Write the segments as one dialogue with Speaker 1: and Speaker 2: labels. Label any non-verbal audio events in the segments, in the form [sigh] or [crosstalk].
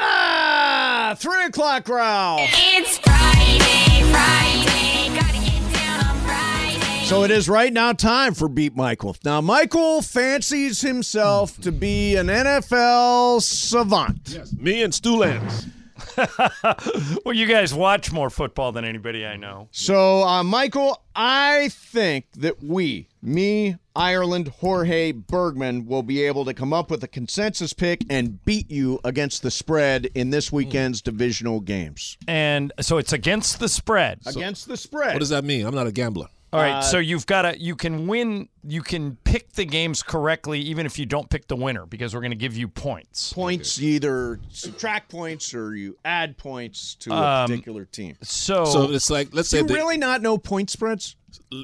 Speaker 1: Ah, three o'clock round.
Speaker 2: It's Friday, Friday. Gotta get down on Friday.
Speaker 1: So it is right now time for Beat Michael. Now, Michael fancies himself to be an NFL savant.
Speaker 3: Me and Stu Lance.
Speaker 4: [laughs] Well, you guys watch more football than anybody I know.
Speaker 1: So, uh, Michael, I think that we, me, Ireland, Jorge, Bergman, will be able to come up with a consensus pick and beat you against the spread in this weekend's divisional games.
Speaker 4: And so it's against the spread.
Speaker 1: against the spread. Uh,
Speaker 3: What does that mean? I'm not a gambler.
Speaker 4: All right, so you've got to you can win, you can pick the games correctly even if you don't pick the winner because we're going to give you points.
Speaker 1: points? You either subtract points or you add points to a
Speaker 4: Um,
Speaker 1: particular team.
Speaker 4: So,
Speaker 3: So it's like let's say
Speaker 1: Do you
Speaker 3: the
Speaker 1: really not know point spreads?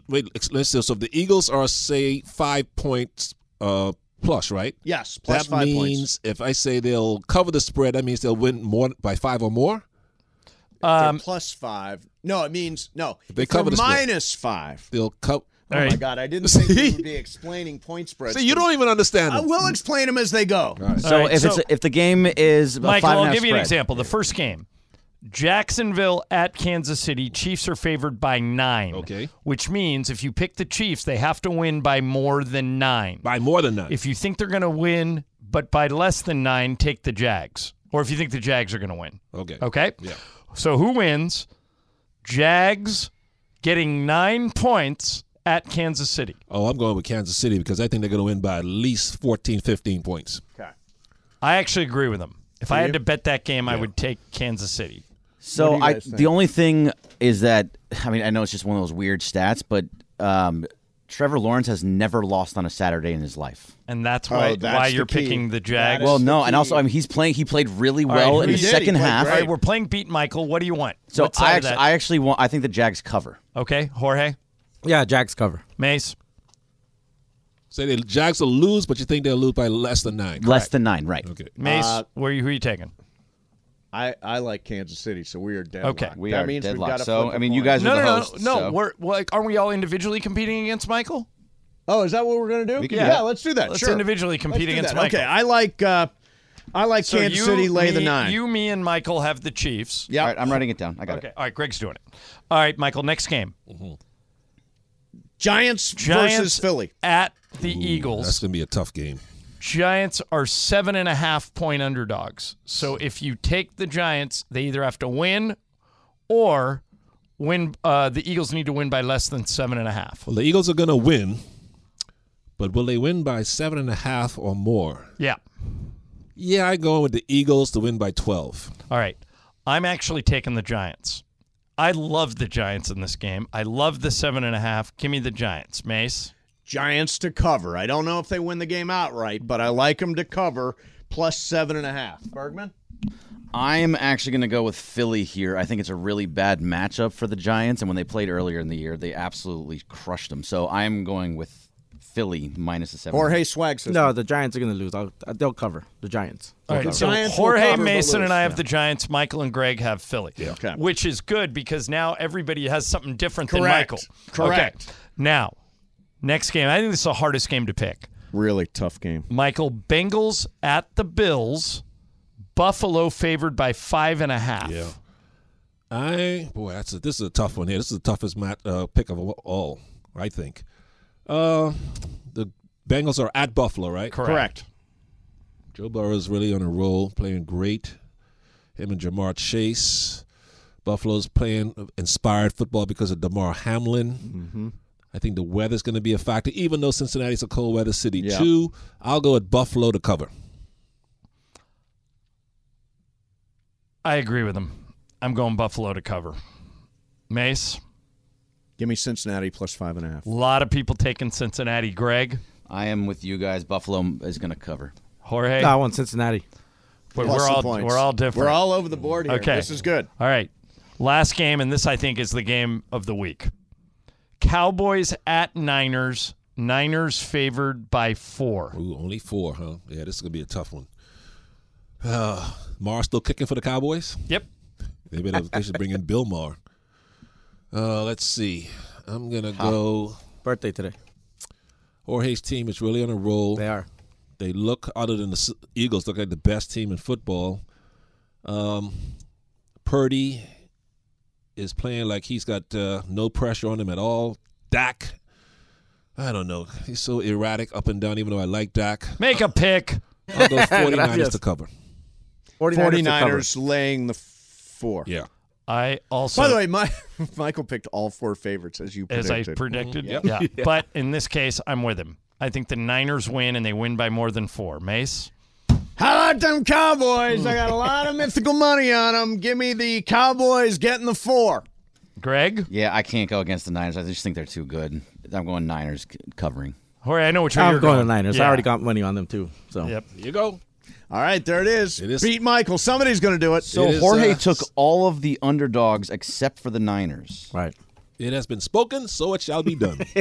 Speaker 3: wait, ex- let's say so if the Eagles are say five points uh plus, right?
Speaker 1: Yes, plus
Speaker 3: that
Speaker 1: five
Speaker 3: means
Speaker 1: points.
Speaker 3: if I say they'll cover the spread, that means they'll win more by five or more.
Speaker 1: They're
Speaker 4: um,
Speaker 1: plus five. No, it means no.
Speaker 3: They
Speaker 1: If they're
Speaker 3: cover the spread.
Speaker 1: minus five.
Speaker 3: They'll cover.
Speaker 4: all
Speaker 1: Oh my
Speaker 4: right.
Speaker 1: God, I didn't think you
Speaker 3: See?
Speaker 1: would
Speaker 5: [laughs]
Speaker 1: be explaining point spreads.
Speaker 3: See, you don't even understand.
Speaker 1: I
Speaker 3: It.
Speaker 1: will explain them as they go.
Speaker 5: So
Speaker 4: right,
Speaker 5: if
Speaker 4: so-
Speaker 5: it's if the game is a
Speaker 4: Michael,
Speaker 5: five and a
Speaker 4: I'll
Speaker 5: half
Speaker 4: give you an
Speaker 5: spread,
Speaker 4: example. The first game, Jacksonville at Kansas City, Chiefs are favored by 9.
Speaker 3: Okay.
Speaker 4: Which means if you pick the Chiefs, they have to win by more than 9.
Speaker 3: by more than that.
Speaker 4: If you think they're going to win but by less than 9, take the Jags. Or if you think the Jags are going to win.
Speaker 3: okay.
Speaker 4: Okay.
Speaker 3: Yeah.
Speaker 4: So who wins? Jags getting nine points at Kansas City.
Speaker 3: Oh, I'm going with Kansas City because I think they're going to win by at least 14, 15 points.
Speaker 4: I actually agree with him. If I had to bet that game, I would take Kansas City.
Speaker 5: so I the only thing is that I mean I know it's just one of those weird stats, but um, Trevor Lawrence has never lost on a Saturday in his life.
Speaker 4: And that's why,
Speaker 1: Oh, that's
Speaker 4: why
Speaker 1: the
Speaker 4: you're
Speaker 1: key.
Speaker 4: picking the
Speaker 1: That
Speaker 4: Jags.
Speaker 1: is-
Speaker 5: Well,
Speaker 1: the
Speaker 5: no, and
Speaker 1: key.
Speaker 5: also I mean he's playing. He played really
Speaker 4: right,
Speaker 5: well in
Speaker 4: he
Speaker 5: the
Speaker 4: did, he
Speaker 5: second
Speaker 1: played
Speaker 5: half.
Speaker 4: All
Speaker 1: great.
Speaker 4: right, we're playing Beat Michael. What do you want?
Speaker 5: So
Speaker 4: What side
Speaker 5: I
Speaker 4: of
Speaker 5: actually,
Speaker 4: that?
Speaker 5: I actually want. I think the Jags cover.
Speaker 4: okay, Jorge,
Speaker 6: Yeah, Jags cover.
Speaker 4: Mace.
Speaker 3: Say the Jags will lose, but you think they'll lose by less than nine.
Speaker 5: Less than nine, right?
Speaker 3: Okay.
Speaker 4: Mace, where you, who are you taking?
Speaker 1: Uh, I, I like Kansas City, so we are deadlocked.
Speaker 4: Okay.
Speaker 5: We
Speaker 1: that
Speaker 5: are
Speaker 1: means we've
Speaker 5: deadlocked.
Speaker 1: gotta
Speaker 5: So,
Speaker 1: flip a
Speaker 5: I mean, you
Speaker 1: coin.
Speaker 5: guys-
Speaker 4: No,
Speaker 5: are
Speaker 4: no,
Speaker 5: the
Speaker 4: no,
Speaker 5: hosts,
Speaker 4: no.
Speaker 5: so-
Speaker 4: We're like, aren't we all individually competing against Michael?
Speaker 1: Oh, is that what we're gonna do?
Speaker 5: can
Speaker 1: yeah,
Speaker 5: do that.
Speaker 1: let's do that.
Speaker 4: Let's
Speaker 1: sure.
Speaker 4: individually
Speaker 1: Let's
Speaker 4: compete
Speaker 1: do
Speaker 4: against
Speaker 1: that.
Speaker 4: Michael.
Speaker 1: Okay, I like uh, I like
Speaker 4: So
Speaker 1: Kansas
Speaker 4: you,
Speaker 1: City lay the
Speaker 4: me-
Speaker 1: nine.
Speaker 4: You, me, and Michael have the Chiefs.
Speaker 1: yeah.
Speaker 5: All right, I'm writing it down. I got
Speaker 4: Okay.
Speaker 5: it.
Speaker 4: All right, Greg's doing it. All right, Michael, next game.
Speaker 3: Uh,
Speaker 1: Giants,
Speaker 4: Giants
Speaker 1: versus Philly.
Speaker 4: at the
Speaker 3: That's
Speaker 4: Eagles.
Speaker 3: going to be a tough game.
Speaker 4: Giants are seven and a half point underdogs. So if you take the Giants, they either have to win or win. Uh, the Eagles need to win by less than seven and a half.
Speaker 3: Well, the Eagles are going to win, but will they win by seven and a half or more?
Speaker 4: Yeah.
Speaker 3: Yeah, I go with the Eagles to win by 12.
Speaker 4: All right. I'm actually taking the Giants. I love the Giants in this game. I love the seven and a half. Give me the Giants, Mace.
Speaker 1: Giants to cover. I don't know if they win the game outright, but I like them to cover plus seven and a half. Bergman.
Speaker 5: I'm actually going to go with Philly here. I think it's a really bad matchup for the Giants, and when they played earlier in the year, they absolutely crushed them. So I'm going with Philly minus the seven.
Speaker 1: Jorge Swag says
Speaker 6: No, the Giants are going to lose. I'll, uh, they'll cover. The Giants.
Speaker 4: All right, so
Speaker 1: Giants will
Speaker 4: Jorge
Speaker 1: cover, but
Speaker 4: Mason
Speaker 1: lose.
Speaker 4: and I have the Giants. Michael and Greg have Philly,
Speaker 1: Okay.
Speaker 4: which is good because now everybody has something different than
Speaker 1: Correct.
Speaker 4: Michael.
Speaker 1: Correct.
Speaker 4: Okay. Now, next game. I think this is the hardest game to pick.
Speaker 1: really tough game.
Speaker 4: Michael, Bengals at the Bills. Buffalo favored by five and a half.
Speaker 3: Yeah. I boy, that's a, this is a tough one here. This is the toughest mat, uh, pick of all, I think. Uh, the Bengals are at Buffalo, right?
Speaker 4: Correct.
Speaker 1: Correct.
Speaker 3: Joe Burrow is really on a roll, playing great. Him and Jamar Chase. Buffalo's playing inspired football because of Damar Hamlin. I think the weather's going to be a factor, even though Cincinnati's a cold weather city
Speaker 1: Yeah.
Speaker 3: too. I'll go with Buffalo to cover.
Speaker 4: I agree with him. I'm going Buffalo to cover. Mace,
Speaker 1: Give me Cincinnati plus five and a half.
Speaker 4: a lot of people taking Cincinnati. Greg,
Speaker 5: I am with you guys. Buffalo is going to cover.
Speaker 4: Jorge,
Speaker 6: No, I want Cincinnati.
Speaker 4: But
Speaker 1: Plus
Speaker 4: we're
Speaker 1: the
Speaker 4: all
Speaker 1: points. [laughs]
Speaker 4: we're all different.
Speaker 1: We're all over the board here.
Speaker 4: Okay.
Speaker 1: This is good.
Speaker 4: All right. Last game, and this I think is the game of the week. Cowboys at Niners. Niners favored by four.
Speaker 3: Ooh, only four, huh? Yeah, this is gonna be a tough one. Uh, Mar still kicking for the Cowboys.
Speaker 4: Yep.
Speaker 3: They better. they should bring in Bill Maher. Uh, let's see. I'm gonna go.
Speaker 6: Birthday today.
Speaker 3: Jorge's team is really on a roll.
Speaker 6: They are.
Speaker 3: They look, other than the S- Eagles, look like the best team in football. Um, Purdy is playing like he's got uh, no pressure on him at all. Dak, I don't know. He's so erratic up and down, even though I like Dak.
Speaker 4: Make a pick.
Speaker 3: I'll go 49ers to
Speaker 6: Gracias.
Speaker 3: cover.
Speaker 6: 49ers. to cover.
Speaker 1: 49ers laying the f- four.
Speaker 3: Yeah.
Speaker 4: I also
Speaker 1: By the way, my, [laughs] Michael picked all four favorites as you
Speaker 4: as
Speaker 1: predicted.
Speaker 4: I predicted.
Speaker 3: Mm-hmm. [laughs]
Speaker 4: Yeah. But in this case, I'm with him. I think the Niners win and they win by more than four. Mace?
Speaker 1: How about them Cowboys? I got a lot of mythical money on them. Give me the Cowboys getting the four.
Speaker 4: Greg?
Speaker 5: Yeah, I can't go against the Niners. I just think they're too good. I'm going Niners c- covering.
Speaker 4: Jorge, I know which way
Speaker 6: I'm
Speaker 4: you're
Speaker 6: going to Niners.
Speaker 4: Yeah.
Speaker 6: I already got money on them too. So
Speaker 4: Yep.
Speaker 3: Here you go.
Speaker 1: All right, there it is.
Speaker 3: It is-
Speaker 1: Beat Michael. Somebody's going to do it.
Speaker 5: So
Speaker 3: It is,
Speaker 5: Jorge
Speaker 3: uh,
Speaker 5: took all of the underdogs except for the Niners.
Speaker 6: right.
Speaker 3: It has been spoken, so it shall be done.
Speaker 1: [laughs]
Speaker 4: [laughs]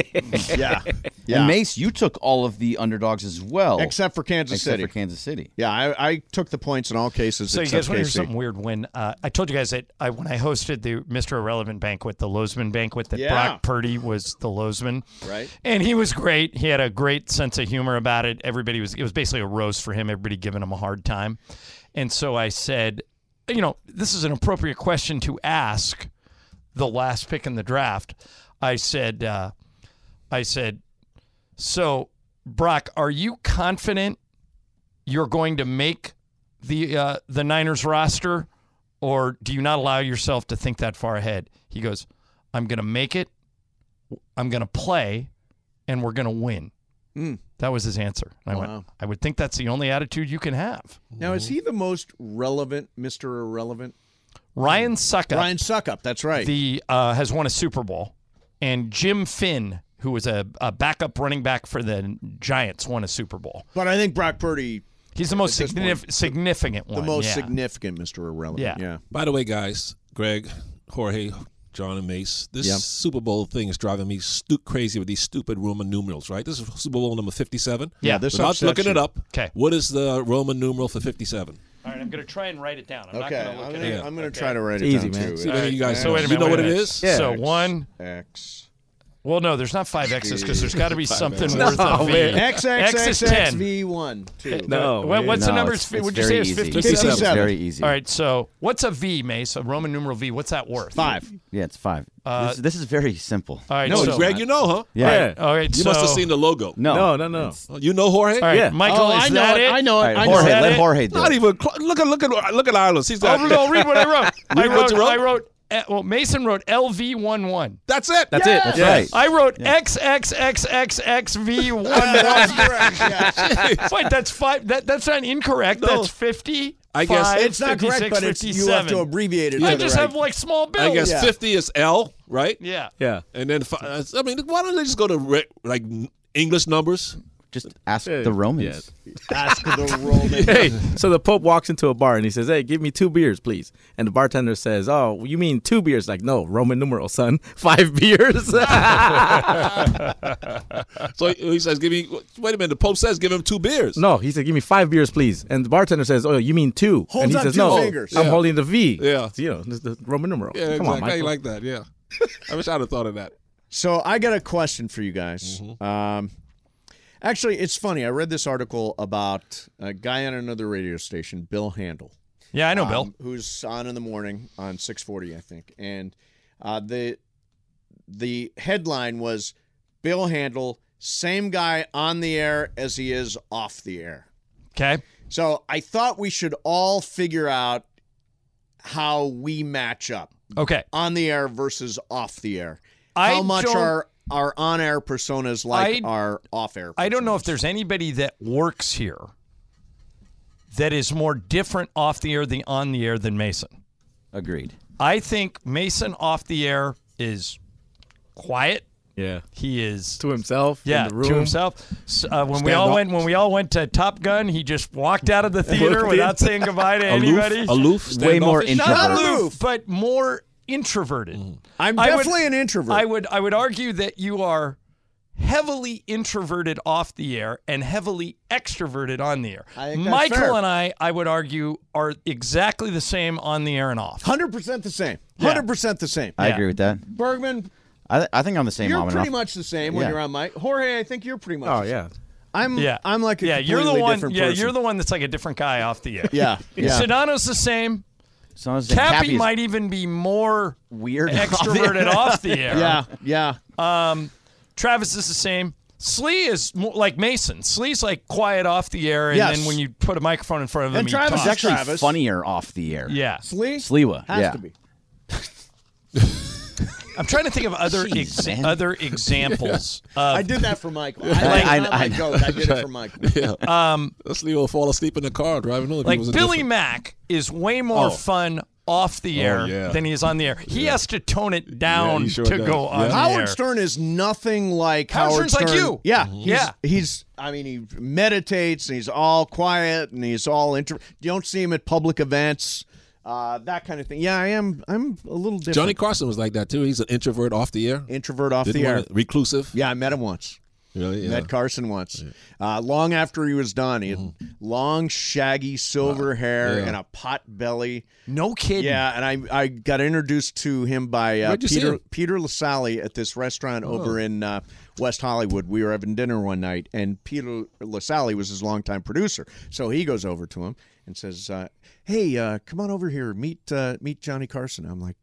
Speaker 1: yeah.
Speaker 5: And
Speaker 1: Yeah.
Speaker 5: Mace, you took all of the underdogs as well,
Speaker 1: Except for Kansas
Speaker 5: except
Speaker 1: City.
Speaker 5: for Kansas City.
Speaker 1: yeah, I, I took the points in all cases
Speaker 4: So you
Speaker 1: except
Speaker 4: guys want to hear
Speaker 1: KC.
Speaker 4: something weird? When uh, I told you guys that I, when I hosted the Mr. Irrelevant banquet, the Lozman banquet, that
Speaker 1: Yeah.
Speaker 4: Brock Purdy was the Lozman,
Speaker 1: Right.
Speaker 4: And he was great. He had a great sense of humor about it. Everybody was it was basically a roast for him. Everybody giving him a hard time, and so I said, you know, this is an appropriate question to ask the last pick in the draft. I said, uh, I said, so Brock, are you confident you're going to make the uh, the Niners roster, or do you not allow yourself to think that far ahead? He goes, "I'm going to make it. I'm going to play, and we're going to win." That was his answer. And I
Speaker 1: Hmm. Wow.
Speaker 4: went, "I would think that's the only attitude you can have."
Speaker 1: Now, is he the most relevant Mr. Irrelevant?
Speaker 4: Ryan Suckup,
Speaker 1: Hmm. Ryan Suckup, that's right.
Speaker 4: the uh, has won a Super Bowl, and Jim Finn, who was a, a backup running back for the Giants, won a Super Bowl.
Speaker 1: but I think Brock Purdy,
Speaker 4: He's the most
Speaker 1: At this
Speaker 4: signif- significant
Speaker 1: the
Speaker 4: one.
Speaker 1: most
Speaker 4: yeah.
Speaker 1: significant Mr. Irrelevant.
Speaker 4: Yeah.
Speaker 1: yeah.
Speaker 3: By the way, guys, Greg, Jorge, John, and Mace, this
Speaker 1: Yeah.
Speaker 3: Super Bowl thing is driving me stu- crazy with these stupid Roman numerals, right? This is Super Bowl number 57.
Speaker 4: Yeah.
Speaker 1: this
Speaker 3: Without
Speaker 1: upsets
Speaker 3: looking
Speaker 1: you.
Speaker 3: it up,
Speaker 4: 'Kay.
Speaker 3: what is the Roman numeral for 57?
Speaker 4: All right, I'm going to try and write it down. I'm
Speaker 1: Okay,
Speaker 4: not
Speaker 1: I'm
Speaker 4: going to
Speaker 1: gonna,
Speaker 4: look at it.
Speaker 1: I'm gonna try to write it
Speaker 6: It's easy,
Speaker 1: down
Speaker 6: man.
Speaker 1: too.
Speaker 3: See whether you guys
Speaker 4: So wait a
Speaker 3: you
Speaker 4: minute.
Speaker 3: know
Speaker 4: wait
Speaker 3: what
Speaker 4: a
Speaker 3: it
Speaker 4: minute.
Speaker 3: is?
Speaker 4: So
Speaker 1: X.
Speaker 4: one.
Speaker 1: X.
Speaker 4: Well, no, there's not five X's because there's got
Speaker 1: [laughs]
Speaker 4: to be something
Speaker 3: X's.
Speaker 4: worth
Speaker 6: No,
Speaker 4: of V.
Speaker 6: wait.
Speaker 1: X X
Speaker 4: X
Speaker 1: X
Speaker 4: is
Speaker 1: X
Speaker 4: ten.
Speaker 1: V one two.
Speaker 6: No.
Speaker 4: Well,
Speaker 6: man.
Speaker 4: what's the
Speaker 5: No,
Speaker 4: number?
Speaker 5: it's-
Speaker 4: It's, would
Speaker 5: it's
Speaker 4: you say
Speaker 5: very
Speaker 4: it's
Speaker 5: easy.
Speaker 4: 57?
Speaker 5: It's
Speaker 1: 57.
Speaker 5: very easy.
Speaker 4: All right, so what's a V, Mace? A Roman numeral V. What's that worth?
Speaker 1: Five.
Speaker 5: Yeah, it's five.
Speaker 4: Uh,
Speaker 5: this, this is very simple.
Speaker 4: All right,
Speaker 3: No,
Speaker 4: so,
Speaker 3: Greg, you know, huh?
Speaker 5: yeah.
Speaker 6: Yeah.
Speaker 4: All right,
Speaker 3: You
Speaker 4: so,
Speaker 3: must have seen the logo.
Speaker 5: No.
Speaker 6: No, no, no.
Speaker 3: oh, You know Jorge?
Speaker 4: All right,
Speaker 6: Yeah.
Speaker 4: Michael,
Speaker 1: Oh,
Speaker 4: is
Speaker 1: I know
Speaker 4: that
Speaker 1: it.
Speaker 4: it?
Speaker 1: I know
Speaker 5: All
Speaker 1: it.
Speaker 5: right,
Speaker 1: I know
Speaker 5: Jorge,
Speaker 1: it.
Speaker 4: that
Speaker 5: let
Speaker 4: it.
Speaker 5: Jorge do
Speaker 3: Not
Speaker 5: it.
Speaker 3: even close. Look at look at look at Ireland. He's
Speaker 4: I'll,
Speaker 3: got
Speaker 4: I'll read what I wrote.
Speaker 3: [laughs]
Speaker 4: I
Speaker 3: Read what
Speaker 4: wrote,
Speaker 3: you wrote?
Speaker 4: I wrote. eh, Well, Mason wrote LV11.
Speaker 3: That's it.
Speaker 6: That's it.
Speaker 5: That's
Speaker 6: Yeah.
Speaker 5: right.
Speaker 4: I wrote XXXXXV11.
Speaker 1: That's correct. yeah.
Speaker 4: Wait, that's five. That, that's not incorrect. That's 50.
Speaker 3: I guess-
Speaker 4: five,
Speaker 1: It's not correct,
Speaker 4: 56,
Speaker 1: but it's, you have
Speaker 4: 57.
Speaker 1: to abbreviate it.
Speaker 4: I
Speaker 1: to the
Speaker 4: just
Speaker 1: right.
Speaker 4: have like small bills.
Speaker 3: I guess
Speaker 1: Yeah.
Speaker 3: 50 is L, right?
Speaker 4: Yeah.
Speaker 6: Yeah.
Speaker 3: And then fi- uh, I mean, why don't they just go to re- like English numbers?
Speaker 5: Just ask the Romans.
Speaker 1: [laughs] ask the Roman.
Speaker 6: Hey, so the Pope walks into a bar and he says, "Hey, give me two beers, please." And the bartender says, "Oh, you mean two beers?" Like, no, Roman numeral, son, [laughs]
Speaker 1: [laughs]
Speaker 6: five
Speaker 3: [laughs]
Speaker 6: beers. [laughs]
Speaker 3: So he- he says, "Give me wait a minute." The Pope says, "Give him two beers."
Speaker 6: no, he said, "Give me five beers, please." And the bartender says, "Oh, you mean two?
Speaker 1: Holds
Speaker 6: and he
Speaker 1: up
Speaker 6: says,
Speaker 1: two
Speaker 6: "No,
Speaker 1: fingers.
Speaker 6: I'm
Speaker 3: Yeah.
Speaker 6: holding the V."
Speaker 3: Yeah.
Speaker 6: you know, this the Roman numeral.
Speaker 3: yeah,
Speaker 6: Come
Speaker 3: exactly.
Speaker 6: on,
Speaker 3: How you
Speaker 6: Michael.
Speaker 3: like that? Yeah, I wish I'd have thought of that.
Speaker 1: So I got a question for you guys. Um, actually, it's funny. I read this article about a guy on another radio station, Bill Handel.
Speaker 4: Yeah, I know, Bill.
Speaker 1: um, who's on in the morning on 6:40, I think. And uh, the the headline was Bill Handel, same guy on the air as he is off the air.
Speaker 4: Okay.
Speaker 1: So I thought we should all figure out how we match up
Speaker 4: Okay.
Speaker 1: on the air versus off the air.
Speaker 4: I
Speaker 1: how much
Speaker 4: don't-
Speaker 1: are our on air personas like
Speaker 4: I-
Speaker 1: our off air?
Speaker 4: I don't know if there's anybody that works here that is more different off the air than on the air than Mason.
Speaker 5: Agreed.
Speaker 4: I think Mason off the air is quiet.
Speaker 6: Yeah.
Speaker 4: He is
Speaker 6: To himself.
Speaker 4: yeah
Speaker 6: In the room.
Speaker 4: to himself. So, uh, when we
Speaker 6: Stand
Speaker 4: all
Speaker 6: up.
Speaker 4: went when we all went to Top Gun, he just walked out
Speaker 6: [laughs]
Speaker 4: of the theater
Speaker 6: in.
Speaker 4: without saying goodbye [laughs] to anybody.
Speaker 3: Aloof, aloof,
Speaker 5: Way more
Speaker 3: standoffish.
Speaker 5: introvert.
Speaker 4: not
Speaker 5: Not
Speaker 4: aloof, but more introverted.
Speaker 1: I'm
Speaker 4: I would-
Speaker 1: definitely an introvert.
Speaker 4: I would I would argue that you are heavily introverted off the air and heavily extroverted on the air.
Speaker 1: I think that's
Speaker 4: Michael
Speaker 1: fair.
Speaker 4: and I, I would argue, are exactly the same on the air and off.
Speaker 1: Hundred percent the same.
Speaker 4: Yeah.
Speaker 1: Hundred percent the same.
Speaker 5: I
Speaker 4: Yeah.
Speaker 5: agree with that.
Speaker 1: Bergman,
Speaker 5: I, th- I think I'm the same
Speaker 1: you're
Speaker 5: on and
Speaker 1: pretty
Speaker 5: off.
Speaker 1: much the same when
Speaker 5: Yeah.
Speaker 1: you're on mic. Jorge, I think you're pretty much.
Speaker 6: Oh
Speaker 1: the same.
Speaker 6: yeah.
Speaker 1: I'm.
Speaker 4: Yeah,
Speaker 1: I'm like a
Speaker 4: yeah. You're the
Speaker 1: completely
Speaker 4: one.
Speaker 1: different
Speaker 4: Yeah,
Speaker 1: person.
Speaker 4: you're the one that's like a different guy off
Speaker 1: [laughs]
Speaker 4: the air. [laughs]
Speaker 1: Yeah. Yeah.
Speaker 4: Sedano's the same.
Speaker 5: So I was saying,
Speaker 4: Cappy,
Speaker 5: Cappy is
Speaker 4: might even be more
Speaker 5: weird.
Speaker 4: extroverted [laughs] off the
Speaker 1: [laughs]
Speaker 4: air. Um,
Speaker 1: yeah. Yeah.
Speaker 4: Travis is the same. Slee is more like Mason. Slee's like quiet off the air, and
Speaker 1: Yes.
Speaker 4: then when you put a microphone in front of him,
Speaker 1: And
Speaker 4: he
Speaker 1: Travis
Speaker 4: talks.
Speaker 5: It's actually
Speaker 1: Travis.
Speaker 5: funnier off the air.
Speaker 4: yeah.
Speaker 1: Slee.
Speaker 5: Sliwa.
Speaker 1: has
Speaker 5: yeah.
Speaker 1: to be.
Speaker 4: I'm trying to think of other
Speaker 5: Jeez,
Speaker 4: ex-
Speaker 5: man.
Speaker 4: other
Speaker 3: [laughs]
Speaker 4: examples.
Speaker 1: I
Speaker 4: Of,
Speaker 1: did that for Michael. [laughs] I, like,
Speaker 5: I-
Speaker 1: not
Speaker 5: I-
Speaker 1: my joke. I did it for Michael.
Speaker 3: [laughs] Yeah. Um, Let's leave or fall asleep in the car driving home. if he
Speaker 4: like
Speaker 3: wasn't
Speaker 4: Billy
Speaker 3: different. Oh.
Speaker 4: Mack is way more fun off the air
Speaker 3: yeah.
Speaker 4: than he is on the air. He has to tone it down
Speaker 3: he sure
Speaker 4: to
Speaker 3: does.
Speaker 4: go on
Speaker 3: Yeah.
Speaker 4: the
Speaker 1: Howard
Speaker 4: air.
Speaker 1: Stern is nothing like
Speaker 4: Howard
Speaker 1: Howard,
Speaker 4: Stern's like
Speaker 1: Stern.
Speaker 4: you.
Speaker 1: Yeah,
Speaker 4: Mhm.
Speaker 1: he's,
Speaker 4: Yeah.
Speaker 1: He's, I mean, he meditates and he's all quiet and he's all intro. You don't see him at public events, uh, that kind of thing. Yeah, I am. I'm a little different.
Speaker 3: Johnny Carson was like that too. He's an introvert off the air.
Speaker 1: introvert off
Speaker 3: Didn't
Speaker 1: the air.
Speaker 3: wanna- reclusive.
Speaker 1: Yeah, I met him once.
Speaker 3: Really? Yeah. Mm-hmm.
Speaker 1: Met Carson once. Uh, long after he was done, he had long, shaggy, silver hair
Speaker 3: Yeah.
Speaker 1: and a pot belly.
Speaker 4: No kidding.
Speaker 1: Yeah, and I I got introduced to him by uh,
Speaker 3: Where'd you see
Speaker 1: Peter
Speaker 3: him?
Speaker 1: Peter Lasalle at this restaurant over
Speaker 3: Oh.
Speaker 1: in uh, West Hollywood. We were having dinner one night, and Peter Lasalle was his longtime producer. So he goes over to him and says, uh, "Hey, uh, come on over here, meet uh, meet Johnny Carson." I'm like,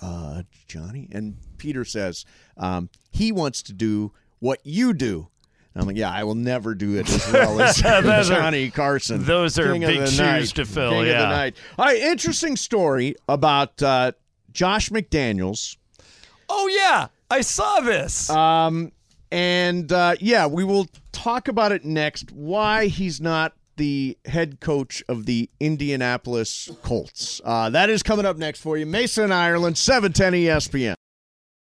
Speaker 1: "Uh, Johnny," and Peter says, um, "He wants to do what you do." And I'm like, yeah, I will never do it as well as
Speaker 4: [laughs]
Speaker 1: [laughs]
Speaker 4: Those are-
Speaker 1: Johnny Carson.
Speaker 4: those are
Speaker 1: King of
Speaker 4: big
Speaker 1: the
Speaker 4: shoes
Speaker 1: night.
Speaker 4: to fill,
Speaker 1: King of the
Speaker 4: yeah.
Speaker 1: night. All right, interesting story about uh, Josh McDaniels.
Speaker 4: Oh yeah, I saw this.
Speaker 1: Um, and uh, yeah, we will talk about it next. Why he's not the head coach of the Indianapolis Colts. Uh, that is coming up next for you. Mason Ireland, [laughs]
Speaker 4: [laughs]
Speaker 1: 710 ESPN.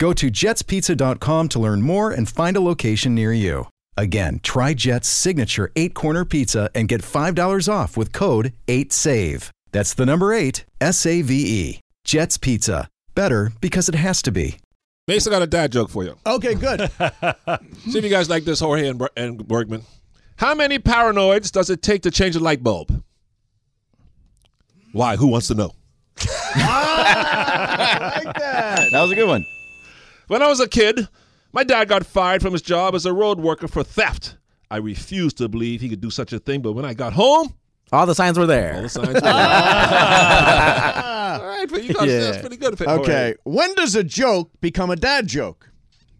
Speaker 7: Go to jetspizza.com to learn more and find a location near you. Again, try Jet's signature eight corner pizza and get $5 off with code 8SAVE. That's the number eight, S A V E. Jet's Pizza. Better because it has to be.
Speaker 3: Mason got a dad joke [laughs] for you.
Speaker 1: Okay, good.
Speaker 3: See if you guys like this, Jorge and, Ber- and Bergman. How many paranoids does it take to change a light bulb? Why? Who wants to know?
Speaker 5: That was a good one.
Speaker 3: When I was a kid, my dad got fired from his job as a road worker for theft. I refused to believe he could do such a thing, but when I got home,
Speaker 6: All the signs were
Speaker 3: all
Speaker 6: there.
Speaker 3: the signs were there.
Speaker 1: [laughs]
Speaker 3: all right, but you guys,
Speaker 6: Yeah.
Speaker 3: that's pretty good.
Speaker 1: okay, when does a joke become a dad joke?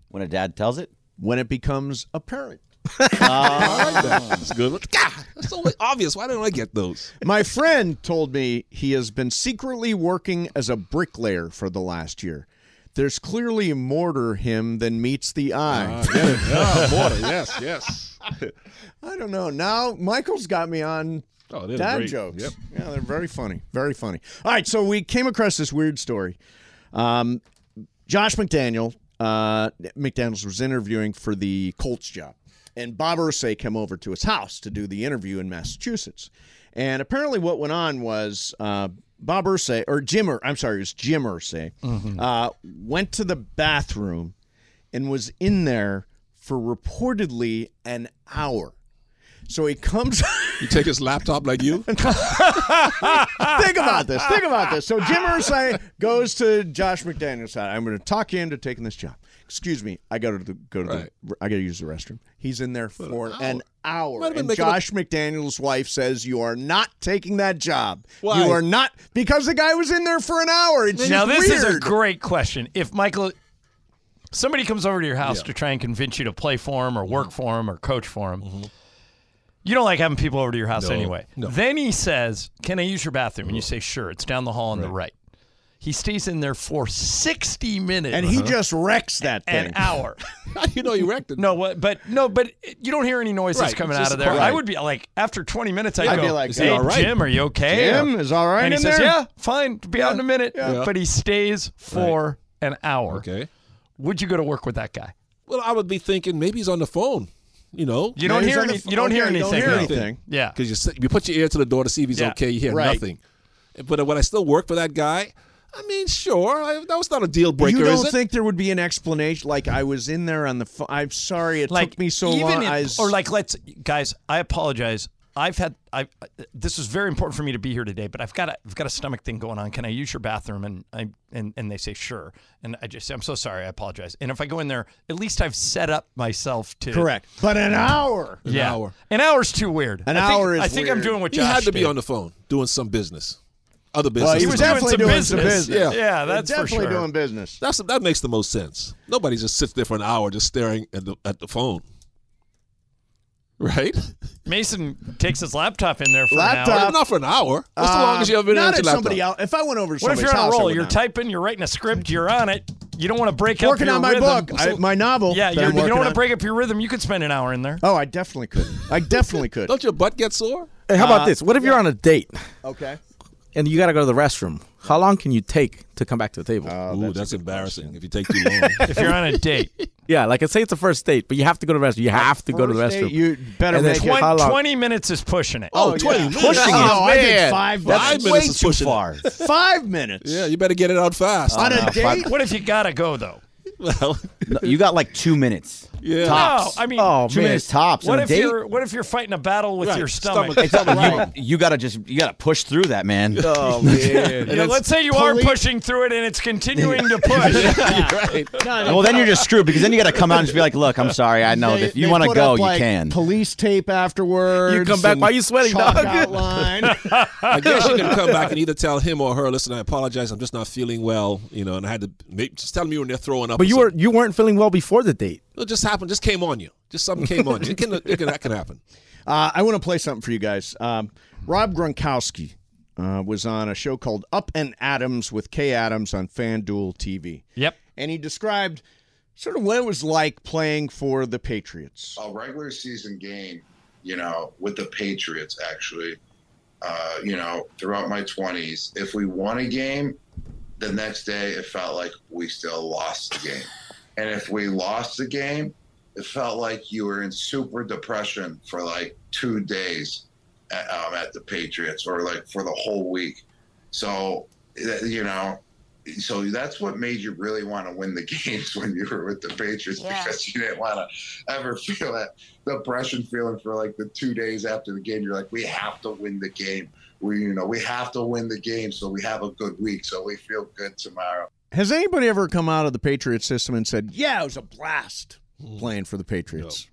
Speaker 5: When a dad tells it,
Speaker 1: When it becomes apparent.
Speaker 3: I like that. [laughs] That's a good. one. Gah, that's so obvious. Why don't I get those?
Speaker 1: My friend told me he has been secretly working as a bricklayer for the last year. There's clearly more to him than meets the eye.
Speaker 3: Ah, Yeah,
Speaker 1: Oh,
Speaker 3: water. Yes, yes.
Speaker 1: [laughs] I don't know. Now Michael's got me on
Speaker 3: Oh, they're
Speaker 1: dad
Speaker 3: great.
Speaker 1: jokes.
Speaker 3: Yep.
Speaker 1: Yeah, they're very funny. Very funny. All right, so we came across this weird story. Um, Josh McDaniel, uh, McDaniels was interviewing for the Colts job, and Bob Ursay came over to his house to do the interview in Massachusetts. And apparently, what went on was uh, Bob Ursay or Jim, Ur- I'm sorry, it was Jim Ursay,
Speaker 4: [laughs]
Speaker 3: Mm.
Speaker 1: uh, went to the bathroom and was in there for reportedly an hour. So he comes
Speaker 3: [laughs] You take his laptop
Speaker 1: [laughs]
Speaker 3: like you?
Speaker 1: think about this. Think about this. So Jim Irsay goes to Josh McDaniel's side. I'm going to talk you into taking this job. Excuse me. I got to the, go to
Speaker 3: Right.
Speaker 1: the. I got to use the restroom. He's in there for an hour.
Speaker 3: Might have been
Speaker 1: And
Speaker 3: making a- [laughs]
Speaker 1: Josh McDaniel's wife says you are not taking that job.
Speaker 3: Why?
Speaker 1: You are not because the guy was in there for an hour. It's
Speaker 4: now
Speaker 1: just
Speaker 4: this is a
Speaker 1: weird.
Speaker 4: great question. If Michael, somebody comes over to your house to try and convince you to play for him or
Speaker 3: Mm-hmm.
Speaker 4: work for him or coach for him, you don't like having people over to your house
Speaker 3: No,
Speaker 4: anyway.
Speaker 3: no. Mm-hmm.
Speaker 4: Then he says, "Can I use your bathroom?" And you say, "Sure." It's down the hall on the right. He stays in there for sixty minutes,
Speaker 1: and he just wrecks that thing.
Speaker 4: an hour.
Speaker 3: [laughs] you know you wrecked it.
Speaker 4: No, what? But no, but you don't hear any noises
Speaker 3: Right,
Speaker 4: coming
Speaker 3: it's
Speaker 4: out
Speaker 3: just
Speaker 4: of there.
Speaker 3: quiet.
Speaker 4: I would be like, after 20 minutes, I'd
Speaker 1: I'd
Speaker 4: go,
Speaker 1: be like,
Speaker 4: "Is
Speaker 1: "Is he
Speaker 4: "Hey,
Speaker 3: all right?
Speaker 4: Jim, are you okay?"
Speaker 1: Jim, is all right
Speaker 4: And he
Speaker 1: in
Speaker 4: says,
Speaker 1: there?
Speaker 4: "Yeah, fine. Be out in a minute."
Speaker 3: Yeah.
Speaker 4: But he stays for an hour.
Speaker 3: Okay.
Speaker 4: Would you go to work with that guy?
Speaker 3: Well, I would be thinking maybe he's on the phone. You know,
Speaker 4: You don't
Speaker 1: He's
Speaker 4: hear
Speaker 1: on the
Speaker 4: any,
Speaker 1: ph-
Speaker 4: you don't hear
Speaker 1: okay,
Speaker 4: anything.
Speaker 1: Don't hear
Speaker 4: though.
Speaker 1: anything.
Speaker 4: Yeah.
Speaker 3: because you sit- you put your ear to the door to see if he's
Speaker 4: Yeah.
Speaker 3: okay. You hear
Speaker 1: Right.
Speaker 3: nothing. But when I still work for that guy, I mean, sure, I, that was not a deal breaker.
Speaker 1: You
Speaker 3: is
Speaker 1: don't
Speaker 3: it?
Speaker 1: think there would be an explanation? Like I was in there on the. Fo- I'm sorry, it took me so
Speaker 4: even
Speaker 1: long.
Speaker 4: in-
Speaker 1: I s-
Speaker 4: or like let's guys, I apologize. I've had I this is very important for me to be here today, but I've got a, I've got a stomach thing going on. Can I use your bathroom? And I and and they say sure, and I just say I'm so sorry. I apologize. And if I go in there, at least I've set up myself to
Speaker 1: correct, but an hour.
Speaker 4: An yeah,
Speaker 3: hour.
Speaker 4: an hour's too weird.
Speaker 1: An
Speaker 4: I think,
Speaker 1: hour is
Speaker 4: I think I'm
Speaker 1: weird.
Speaker 4: doing what
Speaker 3: He
Speaker 4: Josh
Speaker 3: had to be
Speaker 4: did.
Speaker 3: on the phone doing some business, other business.
Speaker 1: Well, he
Speaker 4: He
Speaker 1: was
Speaker 4: was
Speaker 1: definitely
Speaker 4: doing some
Speaker 1: doing some
Speaker 4: business.
Speaker 1: business.
Speaker 3: Yeah.
Speaker 4: yeah, that's for
Speaker 1: definitely
Speaker 4: sure.
Speaker 1: doing business.
Speaker 3: That's that makes the most sense. Nobody just sits there for an hour just staring at the at the phone, right?
Speaker 4: Mason takes his laptop in there for an hour.
Speaker 1: Laptop. Uh,
Speaker 3: not for an hour. What's the longest you ever been
Speaker 1: Not
Speaker 3: on your
Speaker 1: at somebody
Speaker 3: laptop?
Speaker 1: else. If I went over to
Speaker 4: What if
Speaker 1: somebody's
Speaker 4: you're on a
Speaker 1: house, I
Speaker 4: roll?
Speaker 1: would
Speaker 4: You're
Speaker 1: not.
Speaker 4: typing, you're writing a script, you're on it. You don't want to break up
Speaker 1: working
Speaker 4: your
Speaker 1: on my
Speaker 4: rhythm.
Speaker 1: book, I- my novel.
Speaker 4: Yeah,
Speaker 1: that
Speaker 4: you're,
Speaker 1: I'm
Speaker 4: you do
Speaker 1: working
Speaker 4: not want
Speaker 1: on.
Speaker 4: to break up your rhythm. You could spend an hour in there.
Speaker 1: Oh, I definitely could. I
Speaker 6: [laughs]
Speaker 1: definitely could.
Speaker 3: Don't your butt get sore?
Speaker 6: Hey, how about this? What if you're on a date
Speaker 1: Uh, okay.
Speaker 6: and you gotta go to the restroom? How long can you take to come back to the table?
Speaker 4: Oh,
Speaker 3: Ooh, that's, embarrassing. If you take too long,
Speaker 4: [laughs] If you're on a
Speaker 3: [laughs]
Speaker 4: date,
Speaker 6: yeah, like let's say it's a first date, but you have to go to the restroom. You have to go to the
Speaker 1: First date,
Speaker 6: restroom.
Speaker 1: You better
Speaker 6: And then
Speaker 1: make
Speaker 6: twen-
Speaker 1: it.
Speaker 6: How
Speaker 4: Twen-
Speaker 6: long?
Speaker 4: 20 minutes is pushing it.
Speaker 3: oh, 20 minutes.
Speaker 6: pushing it.
Speaker 1: Oh, I did
Speaker 6: Man,
Speaker 1: five
Speaker 3: Five
Speaker 1: minutes.
Speaker 3: minutes
Speaker 5: Way
Speaker 3: is
Speaker 5: too
Speaker 3: pushing it.
Speaker 5: far.
Speaker 1: [laughs] Five minutes.
Speaker 3: Yeah, you better get it out fast.
Speaker 1: On a
Speaker 3: Oh,
Speaker 1: date.
Speaker 4: What if you got to go, though?
Speaker 3: well,
Speaker 5: No, you got like two minutes.
Speaker 3: Yeah.
Speaker 5: Tops.
Speaker 4: No, I mean,
Speaker 5: oh, two
Speaker 6: man.
Speaker 5: minutes tops.
Speaker 4: What
Speaker 5: on a
Speaker 4: if,
Speaker 5: date?
Speaker 4: you're, what if you're fighting a battle with
Speaker 3: Right,
Speaker 4: your stomach? [laughs]
Speaker 3: stomach.
Speaker 5: Right. You, gotta just you gotta push through that, man. [laughs]
Speaker 6: oh man.
Speaker 4: You know, let's say you are pushing through it and it's continuing to push. [laughs]
Speaker 3: right.
Speaker 5: well, then you're just screwed because then you gotta come out and just be like, "Look, I'm sorry. I know
Speaker 1: They-
Speaker 5: if you
Speaker 1: they
Speaker 5: want to
Speaker 1: put
Speaker 5: go,
Speaker 1: up,
Speaker 5: you
Speaker 1: like,
Speaker 5: can."
Speaker 1: Police tape afterwards.
Speaker 6: You come back,
Speaker 1: and
Speaker 6: why you sweating,
Speaker 1: chalk
Speaker 6: dog?
Speaker 1: outline.
Speaker 3: I guess you can come back and either tell him or her, "Listen, I apologize. I'm just not feeling well. You know, and I had to make, just tell me when they're throwing up."
Speaker 6: But
Speaker 3: or
Speaker 6: you were
Speaker 3: something.
Speaker 6: you weren't feeling well before the date.
Speaker 3: It just happened. Just came on you. Just something came on you. It can, it can, that can happen.
Speaker 1: Uh, I want to play something for you guys. Um, Rob Gronkowski uh, was on a show called Up and Adams with Kay Adams on FanDuel TV.
Speaker 4: Yep.
Speaker 1: And he described sort of what it was like playing for the Patriots.
Speaker 8: a regular season game, you know, with the Patriots actually, uh, you know, throughout my 20s, if we won a game, the next day it felt like we still lost the game. And if we lost the game, it felt like you were in super depression for like two days at, um, at the Patriots or like for the whole week. So, eh, you know, so that's what made you really want to win the [laughs] games when you were with the Patriots
Speaker 2: Yeah.
Speaker 8: because you didn't want to ever feel that depression feeling for like the two days after the game. You're like, we have to win the game. We, you know, we have to win the game so we have a good week so we feel good tomorrow.
Speaker 1: Has anybody ever come out of the Patriot system and said, yeah, it was a blast playing for the Patriots?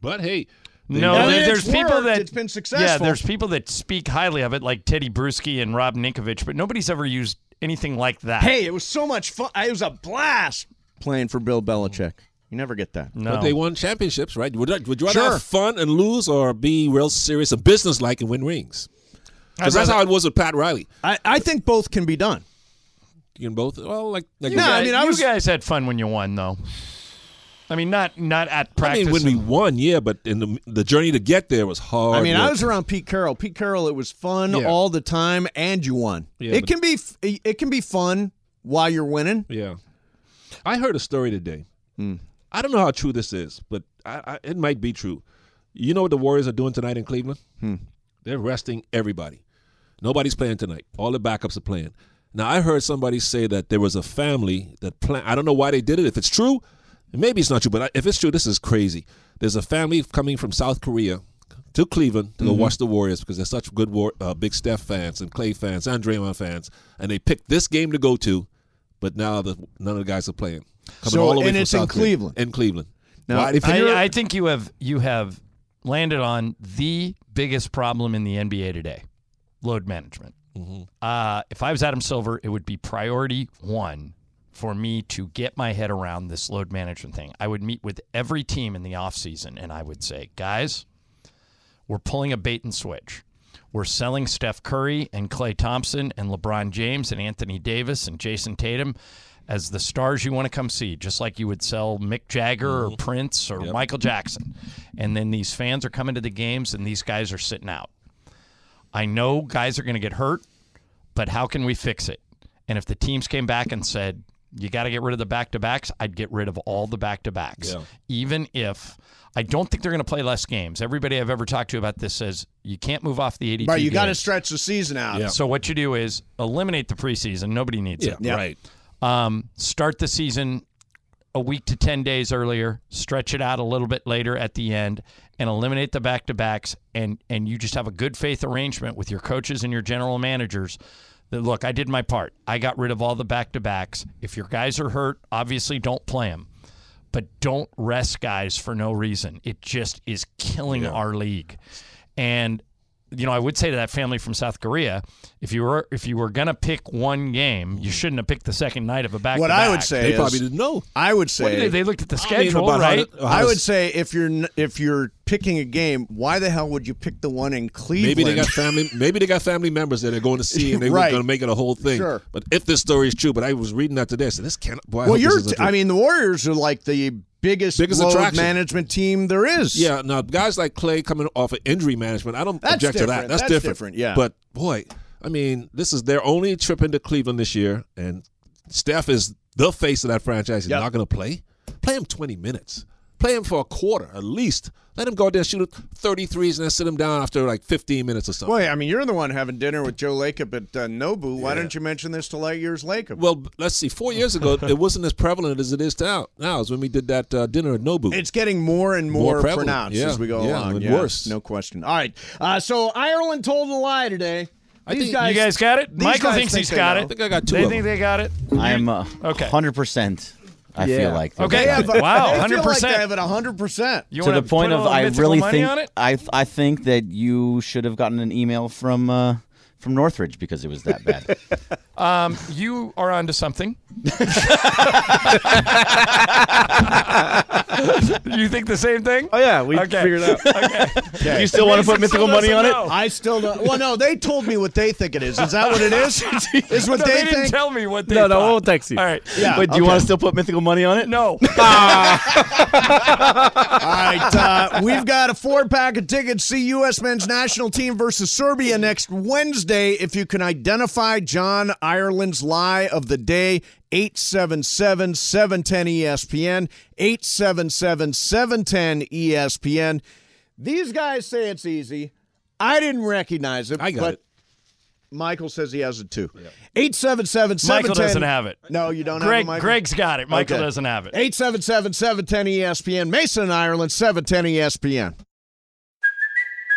Speaker 3: But hey,
Speaker 4: No,
Speaker 1: I mean,
Speaker 4: there-
Speaker 1: it's
Speaker 4: there's people
Speaker 1: worked.
Speaker 4: that
Speaker 1: It's been successful.
Speaker 4: Yeah, there's people that speak highly of it, like Teddy Bruschi and Rob Ninkovich, but nobody's ever used anything like that.
Speaker 1: Hey, it was so much fun. It was a blast playing for Bill Belichick. You never get that.
Speaker 4: no,
Speaker 3: But they won championships, right? Would, would you rather
Speaker 1: Sure.
Speaker 3: have fun and lose or be real serious and business like and win rings? Because that's how it was with Pat Riley.
Speaker 1: I, I think both can be done.
Speaker 3: You can both, well, like, like
Speaker 4: You
Speaker 1: No, I
Speaker 4: guys-
Speaker 1: mean, I
Speaker 4: you
Speaker 1: was-
Speaker 4: guys had fun when you won, though. I mean, not not at
Speaker 3: I
Speaker 4: practice.
Speaker 3: mean, when we won, yeah, but in the, the journey to get there was hard.
Speaker 1: I mean, I
Speaker 3: work.
Speaker 1: was around Pete Carroll. Pete Carroll, it was fun
Speaker 3: Yeah.
Speaker 1: all the time, and you won.
Speaker 3: Yeah,
Speaker 1: it
Speaker 3: but-
Speaker 1: can be f- it can be fun while you're winning. Hmm.
Speaker 3: Yeah. I heard a story today. I don't know how true this is, but I, I, it might be true. You know what the Warriors are doing tonight in Cleveland? They're resting everybody. Nobody's playing tonight. All the backups are playing. Now, I heard somebody say that there was a family that plan. I don't know why they did it. If it's true, maybe it's not true, but I- if it's true, this is crazy. There's a family coming from South Korea to Cleveland to
Speaker 1: Mm-hmm.
Speaker 3: go watch the Warriors because they're such good war, uh, Big Steph fans and Clay fans and Draymond fans, and they picked this game to go to, but now the none of the guys are playing. Coming
Speaker 1: So-
Speaker 3: all the way
Speaker 1: and
Speaker 3: from
Speaker 1: it's in
Speaker 3: South Korea.
Speaker 1: Cleveland.
Speaker 3: In Cleveland.
Speaker 1: Now,
Speaker 3: Why- if you're-
Speaker 4: I, I think you have you have landed on the biggest problem in the NBA today: load management.
Speaker 3: Mm-hmm.
Speaker 4: Uh, if I was Adam Silver, it would be priority one for me to get my head around this load management thing. I would meet with every team in the offseason and I would say, guys, we're pulling a bait and switch. We're selling Steph Curry and Clay Thompson and LeBron James and Anthony Davis and Jason Tatum as the stars you want to come see, just like you would sell Mick Jagger or Prince or Michael Jackson. And then these fans are coming to the games and these guys are sitting out. I know guys are going to get hurt, but how can we fix it? And if the teams came back and said, you got to get rid of the back to backs, I'd get rid of all the back to backs. Even if I don't think they're going to play less games. Everybody I've ever talked to about this says you can't move off the 82.
Speaker 1: Right, you got to
Speaker 4: games.
Speaker 1: stretch the season out.
Speaker 3: Yeah.
Speaker 4: So what you do is eliminate the preseason. Nobody needs
Speaker 3: yeah,
Speaker 4: it.
Speaker 3: right.
Speaker 4: Um, start the season a week to 10 days earlier, stretch it out a little bit later at the end, and eliminate the back to backs. And, and you just have a good faith arrangement with your coaches and your general managers that, look, I did my part. I got rid of all the back to backs. If your guys are hurt, obviously don't play them. But don't rest guys for no reason. It just is killing our league. And you know, I would say to that family from South Korea, if you were if you were gonna pick one game, you shouldn't have picked the second night of a back.
Speaker 1: What I would say
Speaker 3: They
Speaker 1: is,
Speaker 3: probably didn't know.
Speaker 1: I would
Speaker 4: they,
Speaker 1: say,
Speaker 4: they looked at the
Speaker 3: I mean,
Speaker 4: schedule,
Speaker 3: about how
Speaker 4: right?
Speaker 3: to- how
Speaker 1: I
Speaker 3: to-
Speaker 1: would say, if you're n- if you're picking a game, why the hell would you pick the one in Cleveland?
Speaker 3: Maybe they got family. Maybe they got family members that are going to see, and they
Speaker 1: Right.
Speaker 3: were going to make it a whole thing.
Speaker 1: Sure.
Speaker 3: But if this story is true, but I was reading that today, I said this can't. Boy, I
Speaker 1: well,
Speaker 3: hope
Speaker 1: you're.
Speaker 3: This isn't
Speaker 1: t-
Speaker 3: true.
Speaker 1: I mean, the Warriors are like the biggest,
Speaker 3: Biggest
Speaker 1: load
Speaker 3: attraction.
Speaker 1: management team there is.
Speaker 3: Yeah, now guys like Clay coming off of injury management, I don't
Speaker 1: That's
Speaker 3: object to
Speaker 1: different.
Speaker 3: that. That's,
Speaker 1: That's
Speaker 3: different.
Speaker 1: different, yeah.
Speaker 3: But boy, I mean, this is their only trip into Cleveland this year, and Steph is the face of that franchise. He's
Speaker 1: Yep.
Speaker 3: not going to play. Play him twenty minutes. Play him for a quarter at least. Let him go out there and shoot 33s and then sit him down after like 15 minutes or something.
Speaker 1: Well, yeah, I mean, you're the one having dinner with Joe Lacob at uh, Nobu. Why didn't you mention this to Lightyear's Lacob?
Speaker 3: Well, b- let's see. Four years ago,
Speaker 1: [laughs]
Speaker 3: it wasn't as prevalent as it is now. Now is when we did that uh, dinner at Nobu.
Speaker 1: It's getting more and
Speaker 3: More
Speaker 1: more,
Speaker 3: prevalent,
Speaker 1: pronounced
Speaker 3: yeah,
Speaker 1: as we go
Speaker 3: yeah,
Speaker 1: along.
Speaker 3: and
Speaker 1: Yeah,
Speaker 3: worse.
Speaker 1: no question. All right, uh, so Ireland told a lie today.
Speaker 3: I
Speaker 1: These
Speaker 3: think-
Speaker 4: you
Speaker 1: guys,
Speaker 4: guys got it.
Speaker 1: these
Speaker 4: Michael
Speaker 1: guys
Speaker 4: thinks
Speaker 1: think
Speaker 4: he's
Speaker 1: they
Speaker 4: got
Speaker 1: know.
Speaker 4: it.
Speaker 3: I think I got two
Speaker 4: They
Speaker 3: of
Speaker 4: think
Speaker 3: them.
Speaker 4: they got it.
Speaker 5: I'm uh,
Speaker 4: Okay.
Speaker 5: 100%. I
Speaker 6: Yeah.
Speaker 5: feel like. they
Speaker 4: Okay.
Speaker 5: got it. [laughs]
Speaker 4: wow.
Speaker 1: They feel
Speaker 4: Hundred
Speaker 1: like they have
Speaker 4: percent.
Speaker 1: it hundred percent.
Speaker 4: You
Speaker 5: to
Speaker 4: wanna
Speaker 5: the point
Speaker 4: put a
Speaker 5: of
Speaker 4: little
Speaker 5: I
Speaker 4: mythical
Speaker 5: really
Speaker 4: money
Speaker 5: think
Speaker 4: on it?
Speaker 5: I I think that you should have gotten an email from uh, from Northridge because it was that bad.
Speaker 4: [laughs] Um, you are
Speaker 1: [laughs]
Speaker 4: onto something. you think the same thing?
Speaker 6: Oh yeah, we
Speaker 4: Okay.
Speaker 6: figured it out.
Speaker 5: you still want to put mythical money on it?
Speaker 1: I still don't. Well, no, they told me what they think it is. Is that what it
Speaker 5: [laughs]
Speaker 1: is? is what
Speaker 4: No,
Speaker 1: they,
Speaker 4: they, didn't
Speaker 1: think?
Speaker 4: tell me what they
Speaker 6: No, no,
Speaker 4: thought.
Speaker 6: we'll text you.
Speaker 4: All right.
Speaker 1: yeah.
Speaker 5: Wait, do you want to still put mythical money on it?
Speaker 4: No.
Speaker 1: All right, uh, we've got a four pack of tickets. See U.S. men's national team versus Serbia next Wednesday. If you can identify John Ireland's lie of the day, 877 710 ESPN, 877 710 ESPN. These guys say it's easy. I didn't recognize it.
Speaker 3: I got
Speaker 1: but
Speaker 3: it.
Speaker 1: Michael says he has it too. 877
Speaker 4: Michael doesn't have it.
Speaker 1: No, you don't have it.
Speaker 4: Greg,
Speaker 1: Michael?
Speaker 4: Greg's got it. Michael
Speaker 1: Okay.
Speaker 4: doesn't have it.
Speaker 1: 877 710 ESPN. Mason in Ireland, E 710 ESPN.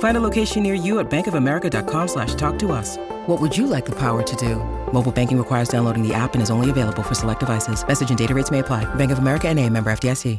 Speaker 9: Find a location near you at bankofamerica.com slash talk to us. What would you like the power to do? Mobile banking requires downloading the app and is only available for select devices. Message and data rates may apply. Bank of America and a member FDIC.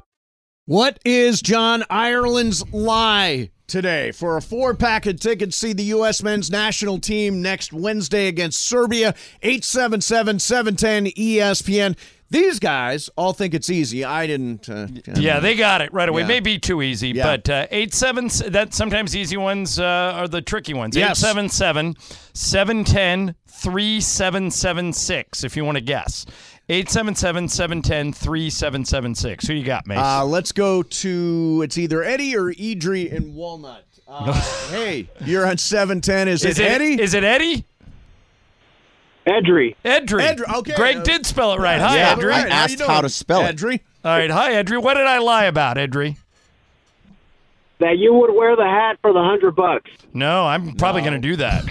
Speaker 1: What is John Ireland's lie today? For a four pack of tickets, see the U.S. men's national E team next Wednesday against Serbia, 877 710 ESPN. These guys all think it's easy. I didn't. Uh,
Speaker 4: Yeah, they got it right away.
Speaker 1: Yeah.
Speaker 4: Maybe too easy,
Speaker 1: Yeah.
Speaker 4: but uh, eight seven. That sometimes easy ones uh, are the tricky ones.
Speaker 1: Yes.
Speaker 4: Eight seven seven seven ten three seven seven six. If you want to guess, eight seven seven seven ten three seven seven six. Who you got, Mace?
Speaker 1: Uh, let's go to it's either Eddie or Idri in
Speaker 4: [laughs]
Speaker 1: Walnut. Uh, hey, you're on seven ten. Is,
Speaker 4: Is
Speaker 1: it,
Speaker 4: it-
Speaker 1: Eddie?
Speaker 4: Is it Eddie?
Speaker 10: Edry.
Speaker 4: Edry.
Speaker 1: Edry, okay.
Speaker 4: Greg did spell it right. Hi,
Speaker 5: Yeah,
Speaker 4: Edry.
Speaker 5: I How you asked how doing? to spell it.
Speaker 1: Edry.
Speaker 4: All right. Hi, Edry. What did I lie about, Edry?
Speaker 10: That you would wear the hat for the hundred bucks.
Speaker 4: No, I'm probably going to do that.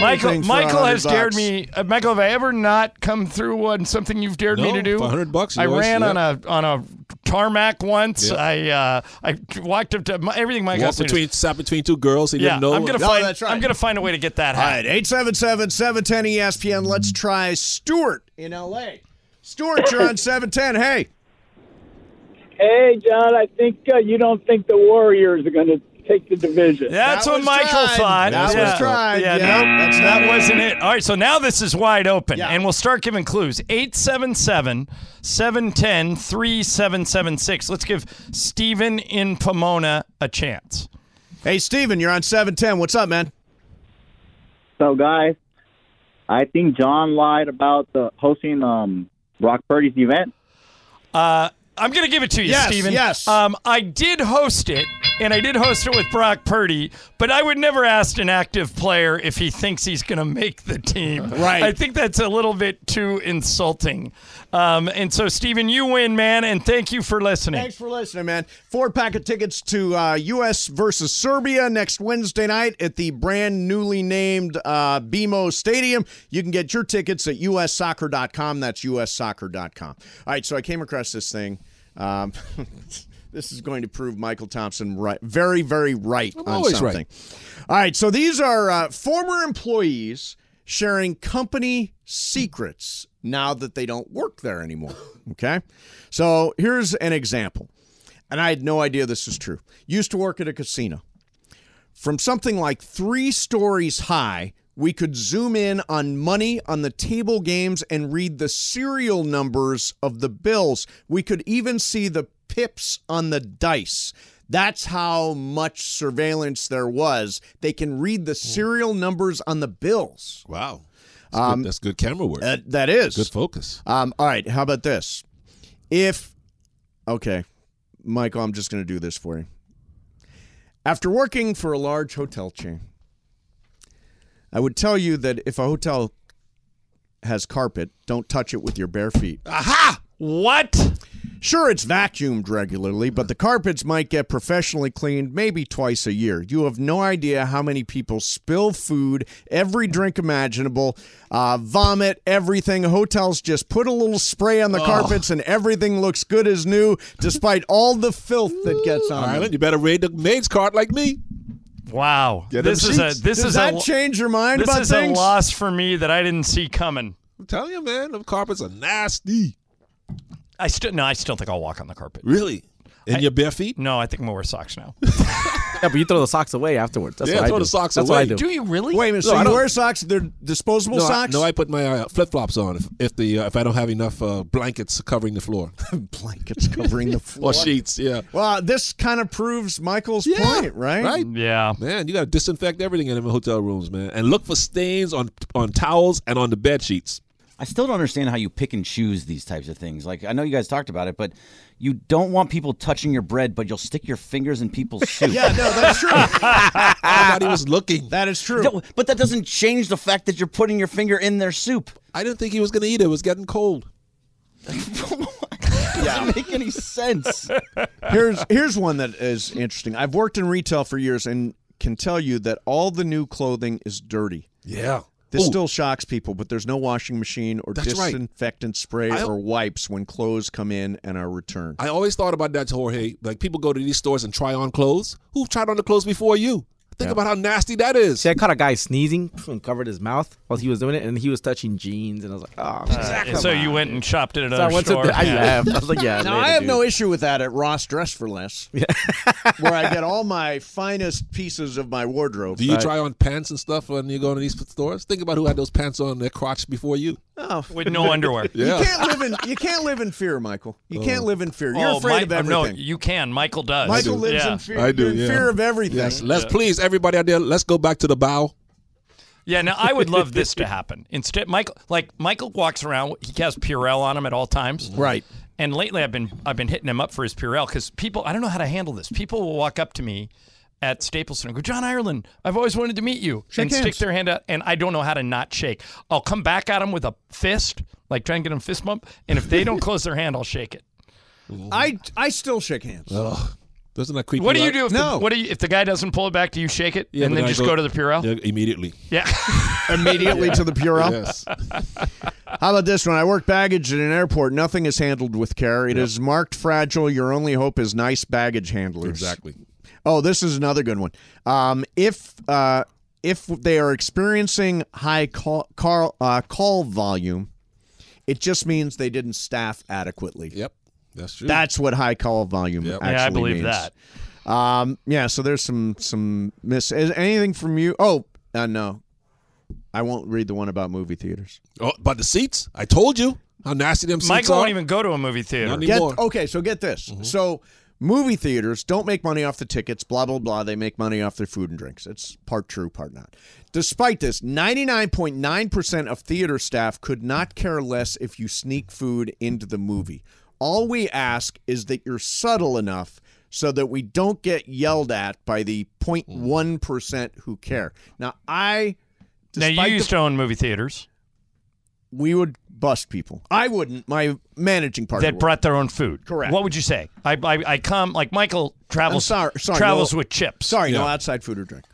Speaker 4: Michael,
Speaker 10: Anything for
Speaker 4: Michael
Speaker 10: 100
Speaker 4: has dared
Speaker 10: bucks.
Speaker 4: me. Uh, Michael, have I ever not come through on something you've dared me
Speaker 3: No,
Speaker 4: to do?
Speaker 3: for 100 bucks, you
Speaker 4: I
Speaker 3: always-
Speaker 4: ran
Speaker 3: yeah.
Speaker 4: on a on a tarmac once.
Speaker 3: Yeah.
Speaker 4: I uh, I t- walked up to my, everything. Mike
Speaker 3: Walk
Speaker 4: asked me to-
Speaker 3: between, sat between two girls. He
Speaker 4: Yeah,
Speaker 3: didn't know.
Speaker 4: I'm gonna find. I'm gonna find a way to get that
Speaker 1: All
Speaker 4: hat.
Speaker 1: right, 877 710 ESPN. Let's try Stuart in LA. Stuart,
Speaker 10: [laughs]
Speaker 1: you're on 710. Hey.
Speaker 10: Hey, John, I think uh, you don't think the Warriors are going to take the division.
Speaker 4: That's what Michael thought.
Speaker 10: That's
Speaker 4: yeah.
Speaker 10: what's tried.
Speaker 4: Yeah,
Speaker 10: Yeah,
Speaker 4: nope,
Speaker 10: that's
Speaker 4: that
Speaker 10: not-
Speaker 4: wasn't it. All right, so now this is wide open, and we'll start giving clues. 877 710 3776. Let's give Steven in Pomona a chance.
Speaker 1: Hey, Steven, you're on 710. What's up, man?
Speaker 11: So, guys, I think John lied about the hosting um, Rock Purdy's event.
Speaker 4: Uh, I'm going to give it to you,
Speaker 11: Yes,
Speaker 4: Steven.
Speaker 11: yes.
Speaker 4: Um, I did host it, and I did host it with Brock Purdy, but I would never ask an active player if he thinks he's going to make the team.
Speaker 1: Right.
Speaker 4: I think that's a little bit too insulting. Um, and so, Steven, you win, man, and thank you for listening.
Speaker 1: Thanks for listening, man. Four pack of tickets to uh, U.S. versus Serbia next Wednesday night at the brand newly named uh, BMO Stadium. You can get your tickets at ussoccer.com. That's ussoccer.com. All right, so I came across this thing. Um, [laughs] this is going to prove Michael Thompson right, very, very right
Speaker 3: I'm
Speaker 1: on
Speaker 3: always
Speaker 1: something.
Speaker 3: right.
Speaker 1: All right, so these are uh, former employees sharing company secrets now that they don't work there
Speaker 3: [laughs]
Speaker 1: anymore. Okay, so here's an example, and I had no idea this was true. Used to work at a casino. From something like three stories high, we could zoom in on money on the table games and read the serial numbers of the bills. We could even see the pips on the dice. That's how much surveillance there was. They can read the serial numbers on the bills.
Speaker 3: Hmm. Wow.
Speaker 1: That's,
Speaker 3: good, that's good camera work.
Speaker 1: that is.
Speaker 3: Good focus.
Speaker 1: Um, all right, how about this? If, okay, Michael, I'm just going to do this for you. After working for a large hotel chain, I would tell you that if a hotel has carpet, don't touch it with your bare feet.
Speaker 4: Aha! What?
Speaker 1: Sure, it's vacuumed regularly, but the carpets might get professionally cleaned maybe twice a year. You have no idea how many people spill food, every drink imaginable, uh, vomit, everything. Hotels just put a little spray on the
Speaker 3: Oh.
Speaker 1: carpets and everything looks good as new, despite all the filth that gets on.
Speaker 3: Ireland,
Speaker 1: them.
Speaker 3: you better raid the maid's cart like me.
Speaker 4: Wow.
Speaker 3: Get them
Speaker 4: this is a
Speaker 3: sheets.
Speaker 4: this
Speaker 3: Does
Speaker 4: is
Speaker 3: that
Speaker 4: a,
Speaker 3: change your mind
Speaker 4: This
Speaker 3: about
Speaker 4: is
Speaker 3: things?
Speaker 4: a loss for me that I didn't see coming.
Speaker 3: I'm telling you, man, them carpets are nasty.
Speaker 4: I still no, I still think I'll walk on the carpet.
Speaker 3: Really? In your bare feet?
Speaker 4: No, I think I'm gonna wear
Speaker 3: [laughs]
Speaker 4: socks now.
Speaker 6: Yeah, but you throw the socks away afterwards. That's
Speaker 3: Yeah,
Speaker 6: what I
Speaker 3: throw
Speaker 6: do.
Speaker 3: the socks
Speaker 6: That's
Speaker 3: away.
Speaker 6: What I do.
Speaker 3: Do
Speaker 4: you really?
Speaker 1: Wait a minute.
Speaker 3: No,
Speaker 1: so
Speaker 3: I
Speaker 1: you
Speaker 3: don't-
Speaker 1: wear socks? They're disposable
Speaker 3: no, I-
Speaker 1: socks?
Speaker 3: no, I put my uh, flip flops on if, if the uh, if I don't have enough uh, blankets covering the [laughs] floor.
Speaker 1: blankets covering
Speaker 3: [laughs]
Speaker 1: the floor.
Speaker 3: or sheets, yeah.
Speaker 1: Well, this kind of proves Michael's point, right?
Speaker 3: Right?
Speaker 4: Yeah.
Speaker 3: Man, you got to disinfect everything in them hotel rooms, man, and look for stains on on towels and on the bed sheets.
Speaker 5: I still don't understand how you pick and choose these types of things. Like I know you guys talked about it, but you don't want people touching your bread, but you'll stick your fingers in
Speaker 4: [laughs]
Speaker 5: people's soup.
Speaker 1: yeah, no, that's true.
Speaker 3: [laughs] Nobody was looking.
Speaker 1: That is true.
Speaker 5: But that doesn't change the fact that you're putting your finger in their soup.
Speaker 3: I didn't think he was going to eat it. It was getting cold.
Speaker 5: Doesn't [laughs] make any sense.
Speaker 1: [laughs] here's here's one that is interesting. I've worked in retail for years and can tell you that all the new clothing is dirty.
Speaker 3: Yeah.
Speaker 1: This
Speaker 3: Ooh.
Speaker 1: still shocks people, but there's no washing machine or
Speaker 3: That's right.
Speaker 1: disinfectant spray or wipes when clothes come in and are returned.
Speaker 3: I always thought about that, Jorge. Like people go to these stores and try on clothes. Who tried on the clothes before you? Think about how nasty that is.
Speaker 6: See, I caught a guy sneezing and covered his mouth while he was doing it, and he was touching jeans, and I was like, oh,
Speaker 4: Uh, so you went and chopped it at
Speaker 6: So I
Speaker 4: another
Speaker 6: went to
Speaker 4: store.
Speaker 6: the- I left. I was
Speaker 3: [laughs]
Speaker 6: like, yeah,
Speaker 1: Now I have [laughs] no issue with that at Ross Dress for
Speaker 6: [laughs]
Speaker 1: Less, where I get all my finest pieces of my wardrobe.
Speaker 3: Do you
Speaker 1: Right.
Speaker 3: try on pants and stuff when you go into these stores? Think about who had those pants on their crotch before you.
Speaker 1: Oh.
Speaker 4: With
Speaker 1: [laughs]
Speaker 4: no
Speaker 3: [laughs]
Speaker 4: underwear.
Speaker 1: You
Speaker 4: [laughs]
Speaker 1: can't live in you can't live in fear, Michael. You can't live in fear. You're
Speaker 4: Oh,
Speaker 1: afraid
Speaker 4: Mi-
Speaker 1: of
Speaker 4: uh,
Speaker 1: everything.
Speaker 4: No, you can. Michael does.
Speaker 1: Michael lives in fear.
Speaker 3: I do.
Speaker 1: in
Speaker 3: yeah.
Speaker 1: fear of everything.
Speaker 3: Yes. Let's
Speaker 4: Yeah.
Speaker 3: please everybody out there. Let's go back to the bow.
Speaker 4: Yeah, now I would love this to happen. Instead, Michael, like Michael walks around, he has Purell on him at all times.
Speaker 1: Right.
Speaker 4: And lately, I've been I've been hitting him up for his Purell because people, I don't know how to handle this. People will walk up to me at Staples Center and go, John Ireland, I've always wanted to meet you,
Speaker 1: Shake
Speaker 4: and stick
Speaker 1: hands.
Speaker 4: their hand out, and I don't know how to not shake. I'll come back at him with a fist, like try and get him fist bump, and if
Speaker 1: [laughs]
Speaker 4: they don't close their hand, I'll shake it.
Speaker 1: I I still shake hands.
Speaker 3: Ugh. Doesn't that creep
Speaker 4: What do
Speaker 3: you
Speaker 4: you
Speaker 3: out?
Speaker 4: do if the, what do you if the guy doesn't pull it back? Do you shake it
Speaker 3: Yeah,
Speaker 4: and
Speaker 3: but
Speaker 4: then
Speaker 3: I
Speaker 4: just go, to the Purell?
Speaker 3: Yeah, immediately.
Speaker 4: Yeah.
Speaker 1: [laughs] Immediately to the Purell.
Speaker 3: Yes.
Speaker 1: How about this one? I work baggage at an airport. Nothing is handled with care. It is marked fragile. Your only hope is nice baggage handlers.
Speaker 3: Exactly.
Speaker 1: Oh, this is another good one. Um, if uh, if they are experiencing high call call, uh, call volume, it just means they didn't staff adequately.
Speaker 3: Yep, that's true.
Speaker 1: That's what high call volume
Speaker 3: Yep.
Speaker 1: actually
Speaker 4: Yeah, I believe
Speaker 1: means.
Speaker 4: that.
Speaker 1: Um, yeah, so there's some some miss. Is anything from you? Oh, uh, no, I won't read the one about movie theaters.
Speaker 3: Oh, but the seats. I told you how nasty them seats
Speaker 4: Michael
Speaker 3: are.
Speaker 4: won't even go to a movie theater.
Speaker 3: Not
Speaker 1: Get,
Speaker 3: anymore. Mm-hmm.
Speaker 1: okay, so get this. So movie theaters don't make money off the tickets, blah, blah, blah. They make money off their food and drinks. It's part true, part not. Despite this, 99.9% of theater staff could not care less if you sneak food into the movie. All we ask is that you're subtle enough so that we don't get yelled at by
Speaker 3: Mm.
Speaker 1: the 0.1% who care. Now, I.
Speaker 4: Now you
Speaker 1: despite the
Speaker 4: used to own movie theaters
Speaker 1: we would bust people. I wouldn't. My managing partner
Speaker 4: that
Speaker 1: would.
Speaker 4: brought their own food.
Speaker 1: Correct.
Speaker 4: What would you say? I I, I come like Michael travels
Speaker 1: sorry- sorry,
Speaker 4: travels
Speaker 1: no-
Speaker 4: with chips.
Speaker 1: Sorry, no outside food or drink.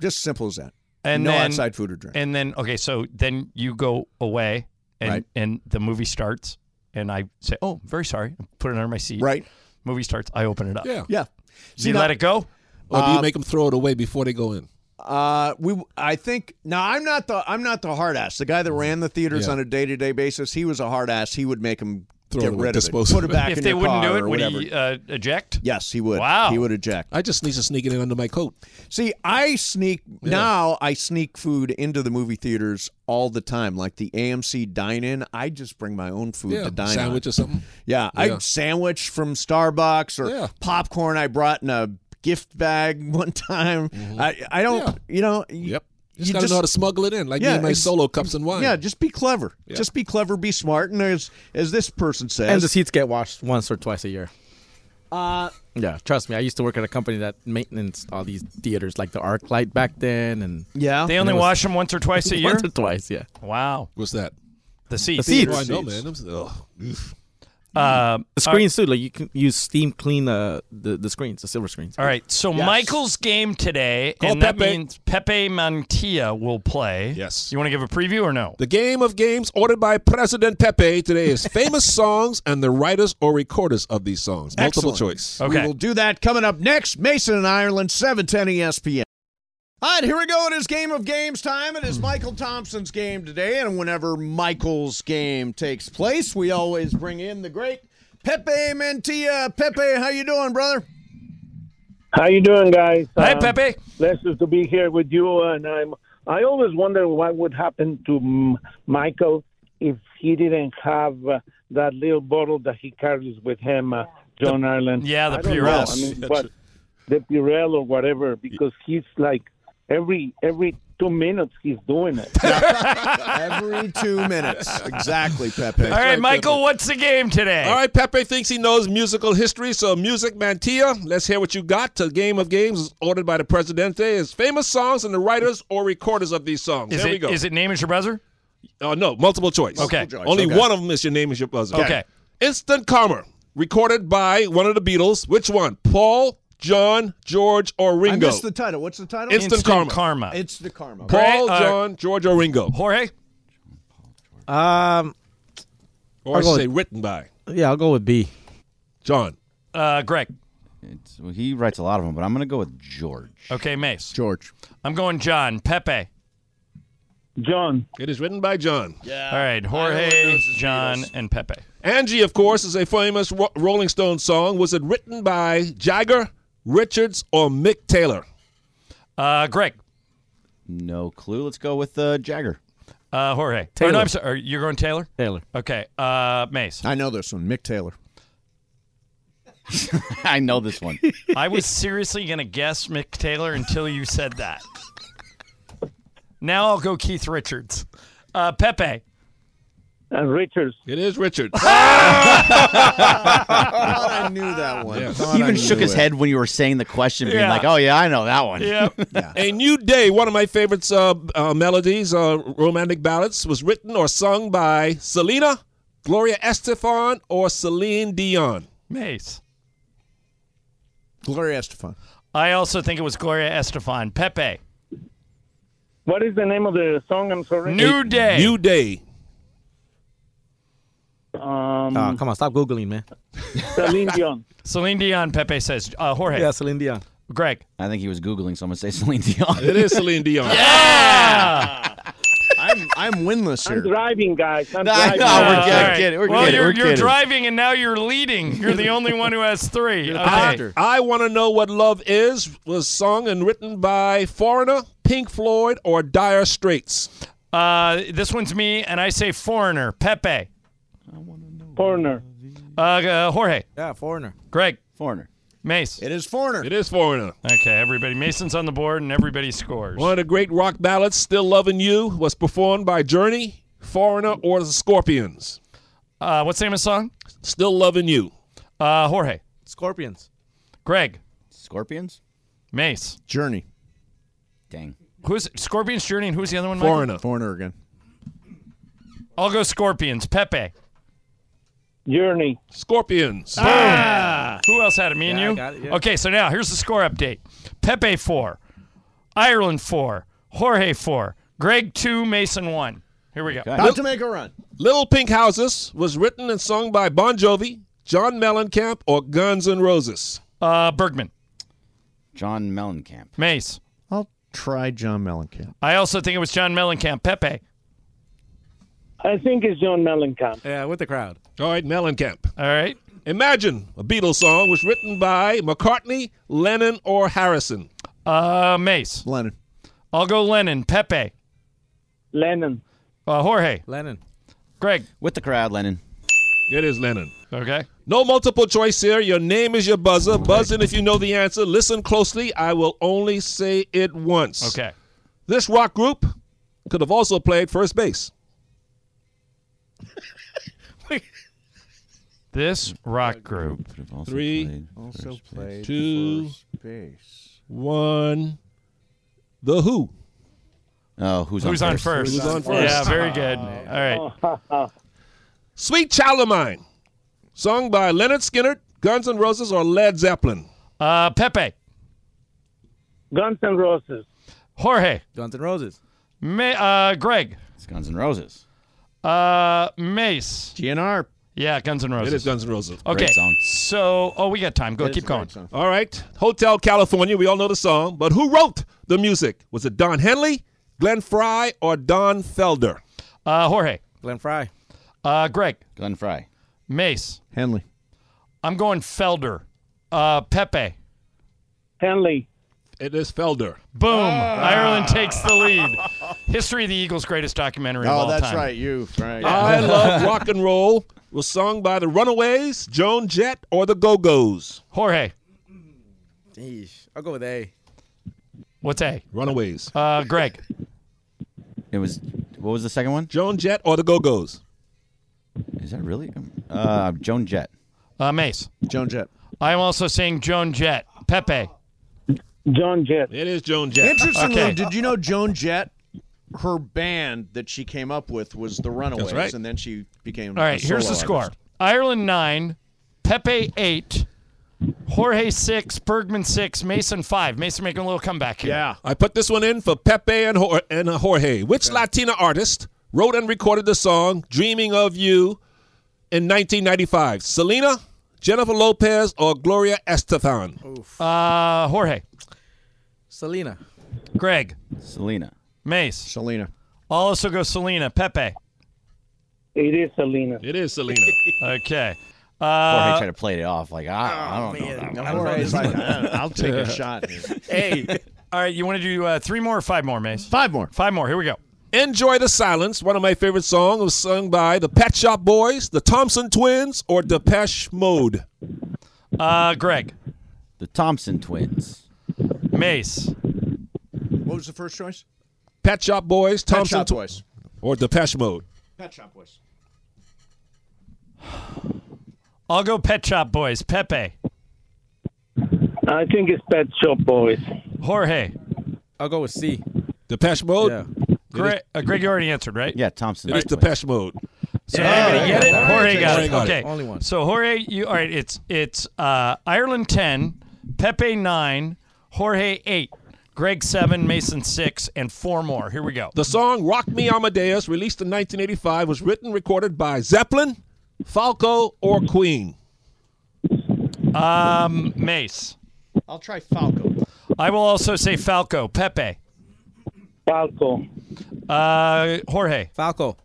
Speaker 1: Just simple as that.
Speaker 4: And
Speaker 1: no
Speaker 4: then-
Speaker 1: outside food or drink.
Speaker 4: And then okay, so then you go away and
Speaker 1: Right.
Speaker 4: and the movie starts and I say, "Oh, very sorry." Put it under my seat.
Speaker 1: Right.
Speaker 4: Movie starts, I open it up.
Speaker 3: Yeah.
Speaker 1: yeah.
Speaker 4: you
Speaker 1: now-
Speaker 4: let it go?
Speaker 3: Or do you make them throw it away before they go in?
Speaker 1: Uh, we. I think now I'm not the I'm not the hard ass. The guy that ran the theaters
Speaker 3: Yeah.
Speaker 1: on a day to day basis, he was a hard ass. He would make him
Speaker 3: Throw
Speaker 1: get
Speaker 3: it away,
Speaker 1: rid
Speaker 3: dispose
Speaker 1: of it, put
Speaker 3: of
Speaker 1: it
Speaker 3: it.
Speaker 1: back
Speaker 4: if
Speaker 1: in
Speaker 4: they
Speaker 1: your
Speaker 4: wouldn't
Speaker 1: car
Speaker 4: do
Speaker 1: or
Speaker 4: it, would
Speaker 1: whatever.
Speaker 4: he uh, eject?
Speaker 1: Yes, he would.
Speaker 4: Wow.
Speaker 1: He would eject.
Speaker 3: I just need to sneak it in under my coat.
Speaker 1: See, I sneak now. I sneak food into the movie theaters all the time, like the AMC dine in. I just bring my own food
Speaker 3: Yeah,
Speaker 1: to dine
Speaker 3: sandwich
Speaker 1: on.
Speaker 3: or something.
Speaker 1: Yeah,
Speaker 3: Yeah.
Speaker 1: I sandwich from Starbucks or
Speaker 3: Yeah.
Speaker 1: popcorn I brought in a gift bag [laughs] one time. I I don't you know y-
Speaker 3: Mm-hmm. Yep.
Speaker 1: You
Speaker 3: Just gotta know how to smuggle it in, like me and my
Speaker 1: ex-
Speaker 3: solo cups and wine.
Speaker 1: Yeah, just be clever. Just be clever, be smart, and as as this person says,
Speaker 6: And the seats get washed once or twice a year.
Speaker 1: uh,
Speaker 6: Yeah, trust me. I used to work at a company that maintenance all these theaters, like the Arc Light back then, and
Speaker 1: yeah,
Speaker 4: They only
Speaker 6: it was-
Speaker 4: wash them once
Speaker 6: [laughs]
Speaker 4: or twice a year.
Speaker 6: once or twice. Yeah,
Speaker 4: Wow.
Speaker 3: What's that?
Speaker 4: The seats.
Speaker 6: The seats.
Speaker 3: Oh, I know, man. Them- ugh.
Speaker 4: Uh,
Speaker 6: the screens too. Like you can use steam clean uh, the the screens, the silver screens.
Speaker 4: All right, so Michael's game today,
Speaker 3: Call
Speaker 4: and that
Speaker 3: Pepe.
Speaker 4: means Pepe Mantilla will play.
Speaker 3: Yes.
Speaker 4: You want to give a preview or no?
Speaker 3: The game of games ordered by President Pepe today
Speaker 1: [laughs]
Speaker 3: is famous songs and the writers or recorders of these songs. Multiple
Speaker 1: Excellent.
Speaker 3: choice.
Speaker 4: Okay.
Speaker 1: We will do that coming up next. Mason and Ireland, E 710 ESPN. All right, here we go. It is game of games time. It is Michael Thompson's game today. And whenever Michael's game takes place, we always bring in the great Pepe Mantilla. Pepe, how you doing, brother?
Speaker 10: How you doing, guys?
Speaker 4: Hey,
Speaker 10: Um,
Speaker 4: Pepe.
Speaker 10: Blessed to be here with you, and I'm. I always wonder what would happen to M- Michael if he didn't have uh, that little bottle that he carries with him, uh, John Ireland.
Speaker 4: yeah, the
Speaker 10: I don't know.
Speaker 4: Purell.
Speaker 10: I mean, what, the Purell or whatever, because he's like every every two minutes he's
Speaker 1: [laughs]
Speaker 10: doing it.
Speaker 1: [laughs] Every two minutes. Exactly, Pepe.
Speaker 4: All right, Michael, what's the game today?
Speaker 3: All right, Pepe thinks he knows musical history, so music mantilla. Let's hear what you got. The game of games is ordered by the Presidente is famous songs and the writers or recorders of these songs.
Speaker 4: Is
Speaker 3: there
Speaker 4: it,
Speaker 3: we go.
Speaker 4: is it name is your brother?
Speaker 3: Uh, no, multiple choice.
Speaker 4: Okay. Multiple
Speaker 1: choice,
Speaker 3: Only
Speaker 1: okay.
Speaker 3: one of them is your name is your buzzer.
Speaker 4: Okay. Okay.
Speaker 3: Instant Karma, recorded by one of the Beatles. Which one? Paul, John, George, or
Speaker 1: I
Speaker 3: Ringo?
Speaker 1: missed the title. What's the title?
Speaker 3: Instant karma.
Speaker 1: It's the karma.
Speaker 3: Paul,
Speaker 4: Great, uh,
Speaker 3: John, George, or Ringo?
Speaker 4: Jorge?
Speaker 6: Um,
Speaker 3: Or I
Speaker 6: go
Speaker 3: should say written by
Speaker 6: yeah, I'll go with B.
Speaker 3: John.
Speaker 4: Uh, Greg.
Speaker 5: It's, well, he writes a lot of them, but I'm going to go with George.
Speaker 4: Okay, Mace.
Speaker 1: George.
Speaker 4: I'm
Speaker 3: [laughs]
Speaker 4: going John. Pepe.
Speaker 10: John,
Speaker 3: It is written by John.
Speaker 4: All right, Jorge, John, and Pepe.
Speaker 3: Angie, of course, is a famous Ro- Rolling Stones song. Was it written by Jagger, Richards, or Mick Taylor?
Speaker 4: Uh, Greg.
Speaker 5: No clue. Let's go with uh, Jagger.
Speaker 4: Uh, Jorge. Or
Speaker 1: Taylor.
Speaker 4: no, I'm sorry. You're going Taylor?
Speaker 1: Taylor.
Speaker 4: Okay. Uh, Mace.
Speaker 1: I know this one. Mick Taylor.
Speaker 5: [laughs] I know this one.
Speaker 4: I
Speaker 1: [laughs]
Speaker 4: was seriously going to guess Mick Taylor until you said that. Now I'll go Keith Richards. Uh, Pepe.
Speaker 10: And Uh, Richards.
Speaker 3: It is
Speaker 4: [laughs]
Speaker 3: Richards.
Speaker 1: [laughs] I knew that one. Thought
Speaker 5: He
Speaker 1: I
Speaker 5: even
Speaker 1: knew
Speaker 5: shook his
Speaker 1: it.
Speaker 5: head when you were saying the question, being
Speaker 3: Yeah.
Speaker 5: like, "Oh yeah, I know that one."
Speaker 3: A New Day, one of my favorites uh, uh, melodies, uh, romantic ballads, was written or sung by Selena, Gloria Estefan, or Celine Dion.
Speaker 4: Mace.
Speaker 1: Gloria Estefan.
Speaker 4: I also think it was Gloria Estefan. Pepe.
Speaker 10: What is the name of the song? I'm sorry.
Speaker 4: New Day.
Speaker 3: New Day.
Speaker 10: Um,
Speaker 6: Aw, come on, stop Uh, googling, man.
Speaker 4: [laughs]
Speaker 10: Celine Dion.
Speaker 4: Celine Dion, Pepe says. Uh, Jorge.
Speaker 6: Yeah, Celine Dion.
Speaker 4: Greg.
Speaker 5: I think he was googling someone say [laughs] Celine Dion.
Speaker 3: It is Celine
Speaker 4: [laughs]
Speaker 3: Dion.
Speaker 1: I'm I'm winless
Speaker 10: I'm
Speaker 1: here.
Speaker 10: driving, guys. I'm
Speaker 1: No, I
Speaker 10: driving.
Speaker 1: know, we're
Speaker 4: Uh,
Speaker 1: kidding,
Speaker 4: all right.
Speaker 1: kidding, we're
Speaker 4: well,
Speaker 1: kidding,
Speaker 4: you're,
Speaker 1: we're
Speaker 4: you're
Speaker 1: kidding.
Speaker 4: driving and now you're leading. You're the only one who has three. Okay.
Speaker 3: I, want to know what love is was sung and written by Foreigner, Pink Floyd, or Dire Straits.
Speaker 4: Uh, this one's me, and I say foreigner. Pepe.
Speaker 10: Foreigner.
Speaker 4: Uh, uh, Jorge.
Speaker 6: Yeah, foreigner.
Speaker 4: Greg.
Speaker 5: Foreigner.
Speaker 4: Mace.
Speaker 1: It is foreigner.
Speaker 3: It is Foreigner.
Speaker 4: Okay, everybody. Mason's on the board, and everybody scores.
Speaker 3: One of the great rock ballads, Still Loving You, was performed by Journey, Foreigner, or the Scorpions.
Speaker 4: Uh, what's the name of the song?
Speaker 3: Still Loving You.
Speaker 4: Uh, Jorge.
Speaker 6: Scorpions.
Speaker 4: Greg.
Speaker 5: Scorpions.
Speaker 4: Mace.
Speaker 1: Journey.
Speaker 5: Dang.
Speaker 4: Who's Scorpions Journey, and who's the other one? Michael?
Speaker 3: Foreigner.
Speaker 1: Foreigner again.
Speaker 4: I'll go Scorpions. Pepe.
Speaker 10: Journey.
Speaker 3: Scorpions.
Speaker 4: Ah, who else had it? Me and
Speaker 3: Yeah, I
Speaker 4: you?
Speaker 3: got it, yeah.
Speaker 4: Okay, so now here's the score update Pepe 4, Ireland 4, Jorge 4, Greg 2, Mason 1. Here we go.
Speaker 1: About to make a run.
Speaker 3: Little Pink Houses was written and sung by Bon Jovi, John Mellencamp, or Guns N' Roses.
Speaker 4: Uh, Bergman,
Speaker 5: John Mellencamp.
Speaker 4: Mace.
Speaker 1: I'll try John Mellencamp.
Speaker 4: I also think it was John Mellencamp. Pepe.
Speaker 10: I think it's John Mellencamp.
Speaker 6: Yeah, with the crowd.
Speaker 3: All right, Mellencamp.
Speaker 4: All right.
Speaker 3: Imagine, a Beatles song, was written by McCartney, Lennon, or Harrison.
Speaker 4: Uh, Mace.
Speaker 1: Lennon.
Speaker 4: I'll go Lennon. Pepe.
Speaker 10: Lennon.
Speaker 4: Uh, Jorge.
Speaker 6: Lennon.
Speaker 4: Greg.
Speaker 5: With the crowd, Lennon.
Speaker 3: It is Lennon.
Speaker 4: Okay.
Speaker 3: No multiple choice here. Your name is your buzzer. Buzz in if you know the answer. Listen closely. I will only say it once.
Speaker 4: Okay.
Speaker 3: This rock group could have also played first base.
Speaker 4: This rock group.
Speaker 3: Three,
Speaker 1: Also played
Speaker 3: Two.
Speaker 1: first base.
Speaker 3: one. The Who.
Speaker 5: Oh, who's,
Speaker 4: Who's
Speaker 5: on
Speaker 4: on first?
Speaker 3: Who's on first?
Speaker 4: Yeah, very good.
Speaker 1: Ah.
Speaker 4: All right.
Speaker 3: [laughs] Sweet Child of Mine. Sung by Leonard Skinner, Guns N' Roses, or Led Zeppelin.
Speaker 4: Uh, Pepe.
Speaker 10: Guns N' Roses.
Speaker 4: Jorge.
Speaker 6: Guns N' Roses.
Speaker 4: Ma- uh, Greg.
Speaker 5: It's Guns N' Roses.
Speaker 4: Uh, Mace.
Speaker 1: GNR.
Speaker 4: Yeah, Guns N' Roses.
Speaker 3: It is Guns N' Roses.
Speaker 4: Okay.
Speaker 5: Great song.
Speaker 4: So, oh, we got time. Go,
Speaker 1: It is
Speaker 4: keep
Speaker 1: a great
Speaker 4: going.
Speaker 1: song.
Speaker 3: All right. Hotel California. We all know the song. But who wrote the music? Was it Don Henley, Glenn Fry, or Don Felder?
Speaker 4: Uh, Jorge,
Speaker 6: Glenn Fry.
Speaker 4: uh, Greg,
Speaker 5: Glenn Fry.
Speaker 4: Mace.
Speaker 1: Henley.
Speaker 4: I'm going Felder. Uh, Pepe.
Speaker 10: Henley.
Speaker 3: It is Felder.
Speaker 4: Boom.
Speaker 1: Ah.
Speaker 4: Ireland takes the lead. History of the Eagles' greatest documentary of all
Speaker 1: Oh, that's
Speaker 4: time. Oh,
Speaker 1: right. You. Right.
Speaker 4: [laughs]
Speaker 3: I Love Rock and Roll was sung by the Runaways, Joan Jett, or the Go Go's.
Speaker 4: Jorge,
Speaker 6: Jeez. I'll go with A.
Speaker 4: what's A?
Speaker 3: Runaways.
Speaker 4: Uh, Greg,
Speaker 5: It was. What was the second one?
Speaker 3: Joan Jett or the Go Go's.
Speaker 5: Is that really? Uh, Joan Jett.
Speaker 4: uh, Mace.
Speaker 1: Joan Jett.
Speaker 4: I'm also saying Joan Jett. Pepe.
Speaker 10: John Jett.
Speaker 3: It is Joan Jett.
Speaker 1: Interestingly,
Speaker 4: Okay.
Speaker 1: did you know Joan Jett? Her band that she came up with was the Runaways,
Speaker 3: right.
Speaker 1: and then she became.
Speaker 4: All
Speaker 1: a
Speaker 4: right, here's
Speaker 1: solo
Speaker 4: the score
Speaker 1: artist.
Speaker 4: Ireland 9, Pepe 8, Jorge 6, Bergman 6, Mason 5. Mason making a little comeback here.
Speaker 1: Yeah,
Speaker 3: I put this one in for Pepe and, Jor- and uh, Jorge. Which Latina artist wrote and recorded the song Dreaming of You in 1995? Selena, Jennifer Lopez, or Gloria Estefan?
Speaker 4: Uh, Jorge,
Speaker 6: Selena.
Speaker 4: Greg,
Speaker 5: Selena.
Speaker 4: Mace.
Speaker 1: Selena.
Speaker 4: I'll also go Selena. Pepe.
Speaker 10: It is Selena.
Speaker 3: It is Selena.
Speaker 4: [laughs] Okay.
Speaker 5: Or
Speaker 4: Uh,
Speaker 5: tried to play it off like I, I
Speaker 1: Oh,
Speaker 5: don't know. that one.
Speaker 1: Jorge's like, "Uh, I'll take
Speaker 4: [laughs]
Speaker 1: a shot. here."
Speaker 4: all right, you want to do uh, three more or five more, Mace?
Speaker 1: Five more.
Speaker 4: Five more. Here we go.
Speaker 3: Enjoy the Silence, one of my favorite songs, was sung by the Pet Shop Boys, the Thompson Twins, or Depeche Mode.
Speaker 4: Uh, Greg.
Speaker 5: The Thompson Twins.
Speaker 4: Mace.
Speaker 1: What was the first choice?
Speaker 3: Pet Shop Boys,
Speaker 1: Pet
Speaker 3: Thompson
Speaker 1: Shop
Speaker 3: Tw-
Speaker 1: Boys.
Speaker 3: or Depeche Mode.
Speaker 1: Pet Shop Boys.
Speaker 4: I'll go Pet Shop Boys. Pepe.
Speaker 10: I think it's Pet Shop Boys.
Speaker 4: Jorge.
Speaker 6: I'll go with C.
Speaker 3: Depeche Mode?
Speaker 4: Greg, uh, Greg, you already answered, right?
Speaker 5: Yeah, Thompson.
Speaker 3: It is Depeche Mode.
Speaker 4: So anybody get it? Jorge got it. Okay.
Speaker 3: Only
Speaker 6: one.
Speaker 4: So Jorge, you all right? It's it's uh, Ireland ten, Pepe nine, Jorge eight, Greg seven, Mason six, and four more. Here we go.
Speaker 3: The song Rock Me Amadeus, released in 1985, was written and recorded by Zeppelin, Falco, or Queen.
Speaker 4: Um, Mace.
Speaker 1: I'll try Falco.
Speaker 4: I will also say Falco. Pepe.
Speaker 10: Falco.
Speaker 4: Uh, Jorge.
Speaker 6: Falco.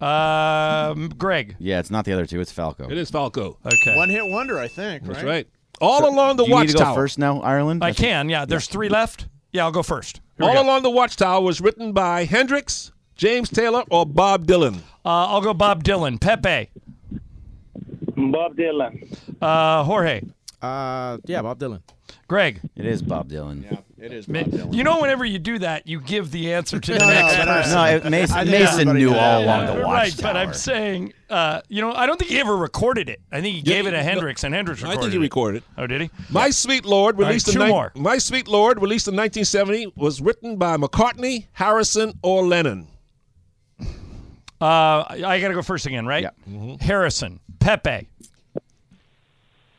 Speaker 4: Um, Greg.
Speaker 5: Yeah, it's not the other two. It's Falco.
Speaker 3: It is Falco.
Speaker 4: Okay.
Speaker 1: One hit wonder, I think.
Speaker 3: That's
Speaker 1: right.
Speaker 3: right. All along the
Speaker 5: Do you need to go
Speaker 3: Watchtower.
Speaker 5: first now, Ireland?
Speaker 4: I can. Yeah. There's three left. Yeah, I'll go first. Here we
Speaker 3: All
Speaker 4: go.
Speaker 3: Along the Watchtower was written by Hendrix, James Taylor, or Bob Dylan.
Speaker 4: Uh, I'll go Bob Dylan. Pepe.
Speaker 10: Bob Dylan.
Speaker 4: Uh, Jorge.
Speaker 6: Uh, yeah, Bob Dylan.
Speaker 4: Greg.
Speaker 5: It is Bob Dylan. Yeah,
Speaker 1: it is
Speaker 4: Ma- You know, whenever you do that, you give the
Speaker 5: [laughs]
Speaker 4: answer to the
Speaker 5: No, no,
Speaker 4: next
Speaker 5: but I-
Speaker 4: person.
Speaker 5: No, it- Mason- I think Mason everybody knew did. all along the
Speaker 4: Right, but
Speaker 5: Watchtower.
Speaker 4: I'm saying, uh, you know, I don't think he ever recorded it. I think he gave it to Hendrix, and Hendrix
Speaker 3: I
Speaker 4: recorded
Speaker 3: think he
Speaker 4: it.
Speaker 3: recorded it.
Speaker 4: Oh, did he?
Speaker 3: My Sweet Lord,
Speaker 4: All right,
Speaker 3: released
Speaker 4: two
Speaker 3: in ni-
Speaker 4: more.
Speaker 3: My Sweet Lord, released in 1970, was written by McCartney, Harrison, or Lennon.
Speaker 4: Uh, I I got to go first again, right? Harrison, Pepe,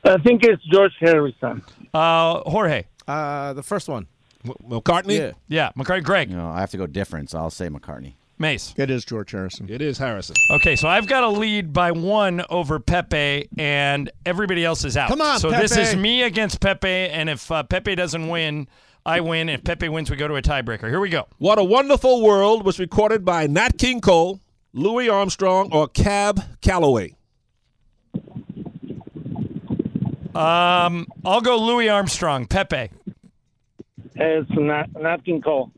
Speaker 10: I think it's George Harrison.
Speaker 4: uh, Jorge.
Speaker 6: Uh, the first one.
Speaker 3: McCartney?
Speaker 6: Yeah.
Speaker 4: Yeah, McCartney, Greg,
Speaker 5: No, I have to go different, so I'll say McCartney.
Speaker 4: Mace.
Speaker 1: It is George Harrison.
Speaker 3: It is Harrison.
Speaker 4: Okay, so I've got a lead by one over Pepe, and everybody else is out.
Speaker 1: Come on,
Speaker 4: So this
Speaker 1: Pepe.
Speaker 4: is me against Pepe, and if uh, Pepe doesn't win, I win. If Pepe wins, we go to a tiebreaker. Here we go.
Speaker 3: What a Wonderful World was recorded by Nat King Cole, Louis Armstrong, or Cab Calloway.
Speaker 4: Um, I'll go Louis Armstrong. Pepe.
Speaker 10: It's not Nat King Cole.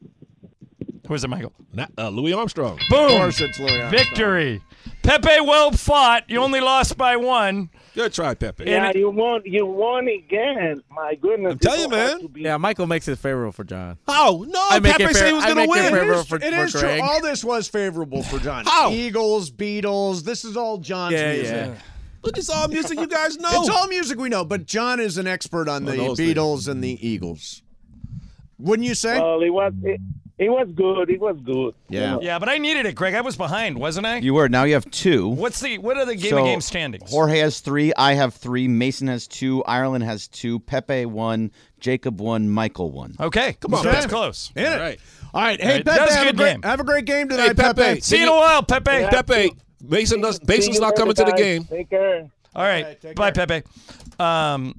Speaker 4: Who is it, Michael?
Speaker 3: Nat, uh, Louis Armstrong.
Speaker 4: Boom.
Speaker 1: Of course it's Louis Armstrong.
Speaker 4: Victory. Pepe, well fought. You only lost by one.
Speaker 3: Good try, Pepe.
Speaker 10: Yeah,
Speaker 4: And it-
Speaker 10: you won. You won again. My goodness.
Speaker 3: I'm telling
Speaker 10: People
Speaker 3: you,
Speaker 10: have
Speaker 3: man.
Speaker 10: to be-
Speaker 6: Yeah, Michael makes it favorable for John.
Speaker 3: How? Oh, No,
Speaker 6: I make it
Speaker 3: Pepe said he
Speaker 6: fair-
Speaker 3: was
Speaker 6: I
Speaker 3: going to
Speaker 6: make it
Speaker 3: win.
Speaker 6: fair-
Speaker 1: It is,
Speaker 6: for-
Speaker 1: it
Speaker 6: for
Speaker 1: is true.
Speaker 6: Greg.
Speaker 1: All this was favorable for John.
Speaker 3: How?
Speaker 1: Eagles, Beatles. This is all John's
Speaker 6: Yeah,
Speaker 1: music.
Speaker 6: yeah.
Speaker 3: Look, it's all music you guys know.
Speaker 1: It's all music we know, but John is an expert on the
Speaker 3: On those
Speaker 1: Beatles and the Eagles. Wouldn't you say?
Speaker 10: Well, it was. It, it was good. It was good.
Speaker 1: yeah.
Speaker 4: yeah, but I needed it, Greg. I was behind, wasn't I?
Speaker 5: You were. Now you have two.
Speaker 4: What's the what are the game
Speaker 5: So,
Speaker 4: to game standings?
Speaker 5: Jorge has three. I have three. Mason has two. Ireland has two. Pepe one. Jacob one. Michael one.
Speaker 4: Okay, come
Speaker 1: on,
Speaker 4: that's
Speaker 1: man.
Speaker 4: close.
Speaker 1: In it.
Speaker 3: All right.
Speaker 1: All right.
Speaker 4: All
Speaker 1: Hey,
Speaker 4: right, that
Speaker 1: Pepe,
Speaker 4: was a
Speaker 1: have a,
Speaker 4: good
Speaker 1: great,
Speaker 4: game.
Speaker 1: have a great game tonight,
Speaker 3: Hey, Pepe.
Speaker 4: See you in a while, Pepe.
Speaker 3: Pepe, Mason does, Mason's
Speaker 10: See you
Speaker 3: not coming to the
Speaker 10: guys.
Speaker 3: game.
Speaker 10: Take care.
Speaker 4: All right, bye, Pepe. Um,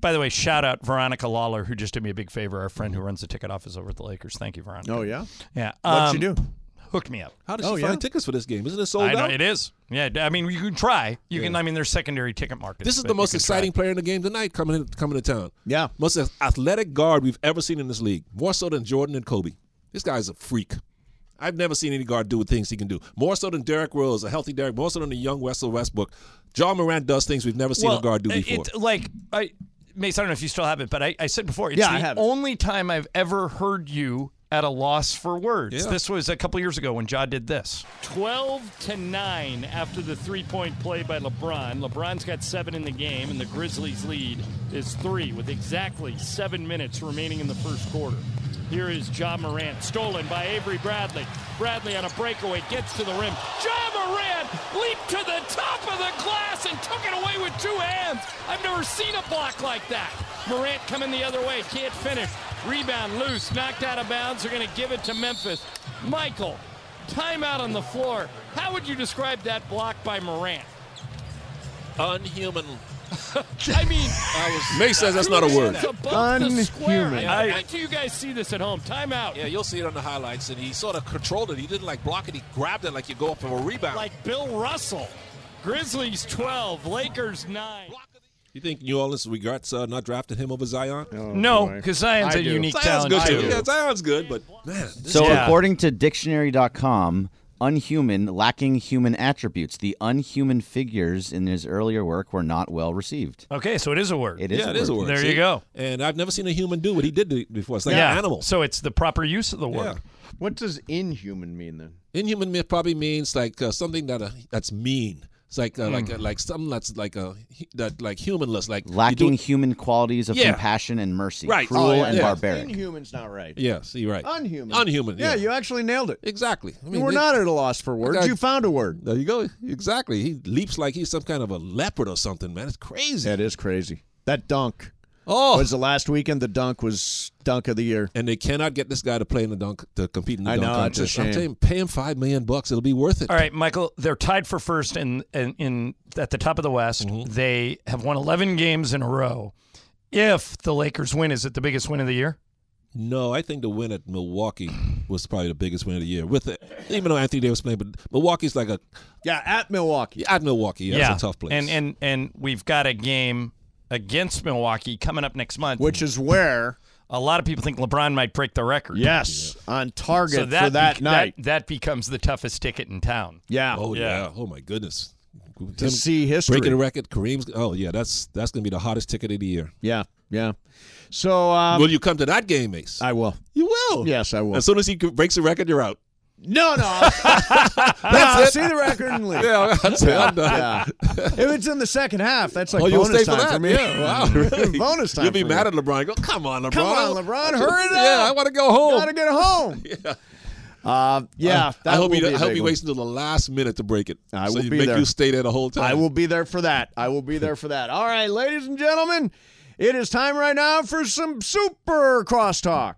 Speaker 4: by the way, shout out Veronica Lawler, who just did me a big favor. Our friend who runs the ticket office over at the Lakers. Thank you, Veronica.
Speaker 1: Oh, yeah?
Speaker 4: Yeah,
Speaker 1: What'd she
Speaker 4: um,
Speaker 1: do?
Speaker 4: Hooked me up.
Speaker 3: How does
Speaker 1: Oh,
Speaker 3: she
Speaker 1: yeah?
Speaker 3: find tickets for this game? Isn't it sold
Speaker 4: I know
Speaker 3: out?
Speaker 4: it is. Yeah, I mean you can try. You can. I mean there's secondary ticket markets.
Speaker 3: This is
Speaker 4: but
Speaker 3: the
Speaker 4: you
Speaker 3: most
Speaker 4: can
Speaker 3: exciting player in the game tonight coming in, coming to town.
Speaker 1: Yeah.
Speaker 3: Most athletic guard we've ever seen in this league, more so than Jordan and Kobe. This guy's a freak. I've never seen any guard do the things he can do. More so than Derrick Rose, a healthy Derrick, more so than the young Wessel Westbrook. John Moran does things we've never seen
Speaker 4: well,
Speaker 3: a guard do
Speaker 4: it-
Speaker 3: before.
Speaker 4: It's like I, Mace. I don't know if you still have it, but I, I said before it's
Speaker 1: Yeah,
Speaker 4: the
Speaker 1: I have it.
Speaker 4: only time I've ever heard you at a loss for words.
Speaker 3: Yeah.
Speaker 4: This was a couple years ago when Ja did this. Twelve to nine after the three-point play by LeBron. LeBron's got seven in the game, and the Grizzlies' lead is three with exactly seven minutes remaining in the first quarter. Here is Ja Morant, stolen by Avery Bradley. Bradley on a breakaway, gets to the rim. Ja Morant leaped to the top of the glass and took it away with two hands. I've never seen a block like that. Morant coming the other way, can't finish. Rebound loose, knocked out of bounds. They're going to give it to Memphis. Michael, timeout on the floor. How would you describe that block by Morant?
Speaker 3: Unhuman.
Speaker 4: [laughs] I mean,
Speaker 3: Mace says that's not a word.
Speaker 4: above the square.
Speaker 1: Unhuman.
Speaker 4: I, wait till you guys see this at home. Timeout.
Speaker 3: Yeah, you'll see it on the highlights, and he sort of controlled it. He didn't like block it. He grabbed it like you go up for a rebound.
Speaker 4: Like Bill Russell. Grizzlies 12, Lakers 9.
Speaker 3: You think New Orleans regrets uh, not drafting him over Zion?
Speaker 4: No, boy. 'cause Zion's I a do. unique
Speaker 3: Zion's
Speaker 4: talent,
Speaker 3: Good
Speaker 4: too.
Speaker 3: too. Yeah, Zion's good, but man, this
Speaker 5: So,
Speaker 3: guy-
Speaker 5: according to dictionary.com, unhuman, lacking human attributes, the unhuman figures in his earlier work were not well received.
Speaker 4: Okay, so it is a word.
Speaker 5: It is
Speaker 3: yeah,
Speaker 5: a
Speaker 3: it is a
Speaker 5: word.
Speaker 3: word.
Speaker 4: There
Speaker 3: see?
Speaker 4: you go.
Speaker 3: And I've never seen a human do what he did do- before. It's like
Speaker 4: yeah.
Speaker 3: an animal.
Speaker 4: So it's the proper use of the word.
Speaker 1: What does inhuman mean then?
Speaker 3: Inhuman me- probably means like uh, something that uh, that's mean. It's like uh, like
Speaker 5: Mm.
Speaker 4: Hmm.
Speaker 3: uh, like something that's like a that like humanless, like you do
Speaker 5: Lacking
Speaker 3: it-
Speaker 5: human qualities of
Speaker 3: Yeah.
Speaker 5: compassion and mercy,
Speaker 3: Right.
Speaker 5: cruel
Speaker 3: Oh, yeah,
Speaker 5: and
Speaker 3: yeah.
Speaker 5: barbaric.
Speaker 1: Inhuman's not right.
Speaker 3: Yes, you're right.
Speaker 1: Unhuman.
Speaker 3: Unhuman.
Speaker 1: Yeah,
Speaker 3: Yeah,
Speaker 1: you actually nailed it.
Speaker 3: Exactly. I
Speaker 1: you were
Speaker 3: they-
Speaker 1: not at a loss for words.
Speaker 3: Okay.
Speaker 1: You found a word.
Speaker 3: There you go. Exactly. He leaps like he's some kind of a leopard or something, man. It's crazy.
Speaker 1: That is crazy. That dunk.
Speaker 3: Oh,
Speaker 1: was the last weekend the dunk was dunk of the year.
Speaker 3: And they cannot get this guy to play in the dunk to compete in the
Speaker 1: I
Speaker 3: dunk
Speaker 1: know, it's a
Speaker 3: contest.
Speaker 1: shame.
Speaker 3: I'm telling you, pay him five million bucks. It'll be worth it.
Speaker 4: All right, Michael, they're tied for first in, in, in at the top of the West. They have won 11 games in a row. If the Lakers win, is it the biggest win of the year?
Speaker 3: No, I think the win at Milwaukee was probably the biggest win of the year. With it, even though Anthony Davis played, but Milwaukee's like a
Speaker 1: yeah at Milwaukee.
Speaker 3: At Milwaukee, yeah, that's a tough place.
Speaker 4: And and and we've got a game against Milwaukee coming up next month,
Speaker 1: which is where
Speaker 4: a lot of people think LeBron might break the record.
Speaker 1: Yes, on target
Speaker 4: So
Speaker 1: for that
Speaker 4: bec-
Speaker 1: night.
Speaker 4: That, that becomes the toughest ticket in town.
Speaker 1: Yeah.
Speaker 3: Oh yeah.
Speaker 4: Yeah.
Speaker 3: Oh my goodness.
Speaker 1: To see history.
Speaker 3: breaking the record, Kareem's. Oh yeah, that's that's gonna be the hottest ticket of the year.
Speaker 1: Yeah, yeah. So um,
Speaker 3: will you come to that game, Ace?
Speaker 1: I will.
Speaker 3: You will.
Speaker 1: Yes, I will.
Speaker 3: As soon as he breaks the record, you're
Speaker 1: [laughs]
Speaker 3: out.
Speaker 1: No,
Speaker 3: [laughs]
Speaker 1: no.
Speaker 3: That's
Speaker 1: No,
Speaker 3: it.
Speaker 1: See the record and leave.
Speaker 3: [laughs] Yeah, that's it. I'm done.
Speaker 1: Yeah. If it's in the second half, that's like
Speaker 3: oh, you'll
Speaker 1: bonus
Speaker 3: stay for
Speaker 1: time
Speaker 3: that.
Speaker 1: me.
Speaker 3: Yeah. Wow. Really?
Speaker 1: bonus time.
Speaker 3: You'll be
Speaker 1: for
Speaker 3: mad
Speaker 1: you.
Speaker 3: at LeBron. Go, come on,
Speaker 1: [laughs]
Speaker 3: LeBron.
Speaker 1: Come on, LeBron, hurry it up.
Speaker 3: Yeah, [laughs] I want to go home.
Speaker 1: Gotta get
Speaker 3: [laughs]
Speaker 1: home.
Speaker 3: yeah.
Speaker 1: Uh, yeah, that
Speaker 3: I hope
Speaker 1: will
Speaker 3: he.
Speaker 1: be a
Speaker 3: I hope
Speaker 1: big
Speaker 3: he
Speaker 1: one.
Speaker 3: waits until the last minute to break it.
Speaker 1: I
Speaker 3: so
Speaker 1: will
Speaker 3: you
Speaker 1: be
Speaker 3: make
Speaker 1: there.
Speaker 3: you stay there the whole time.
Speaker 1: I will be there for that. I will be there for that. All right, ladies and gentlemen, it is time right now for some super crosstalk.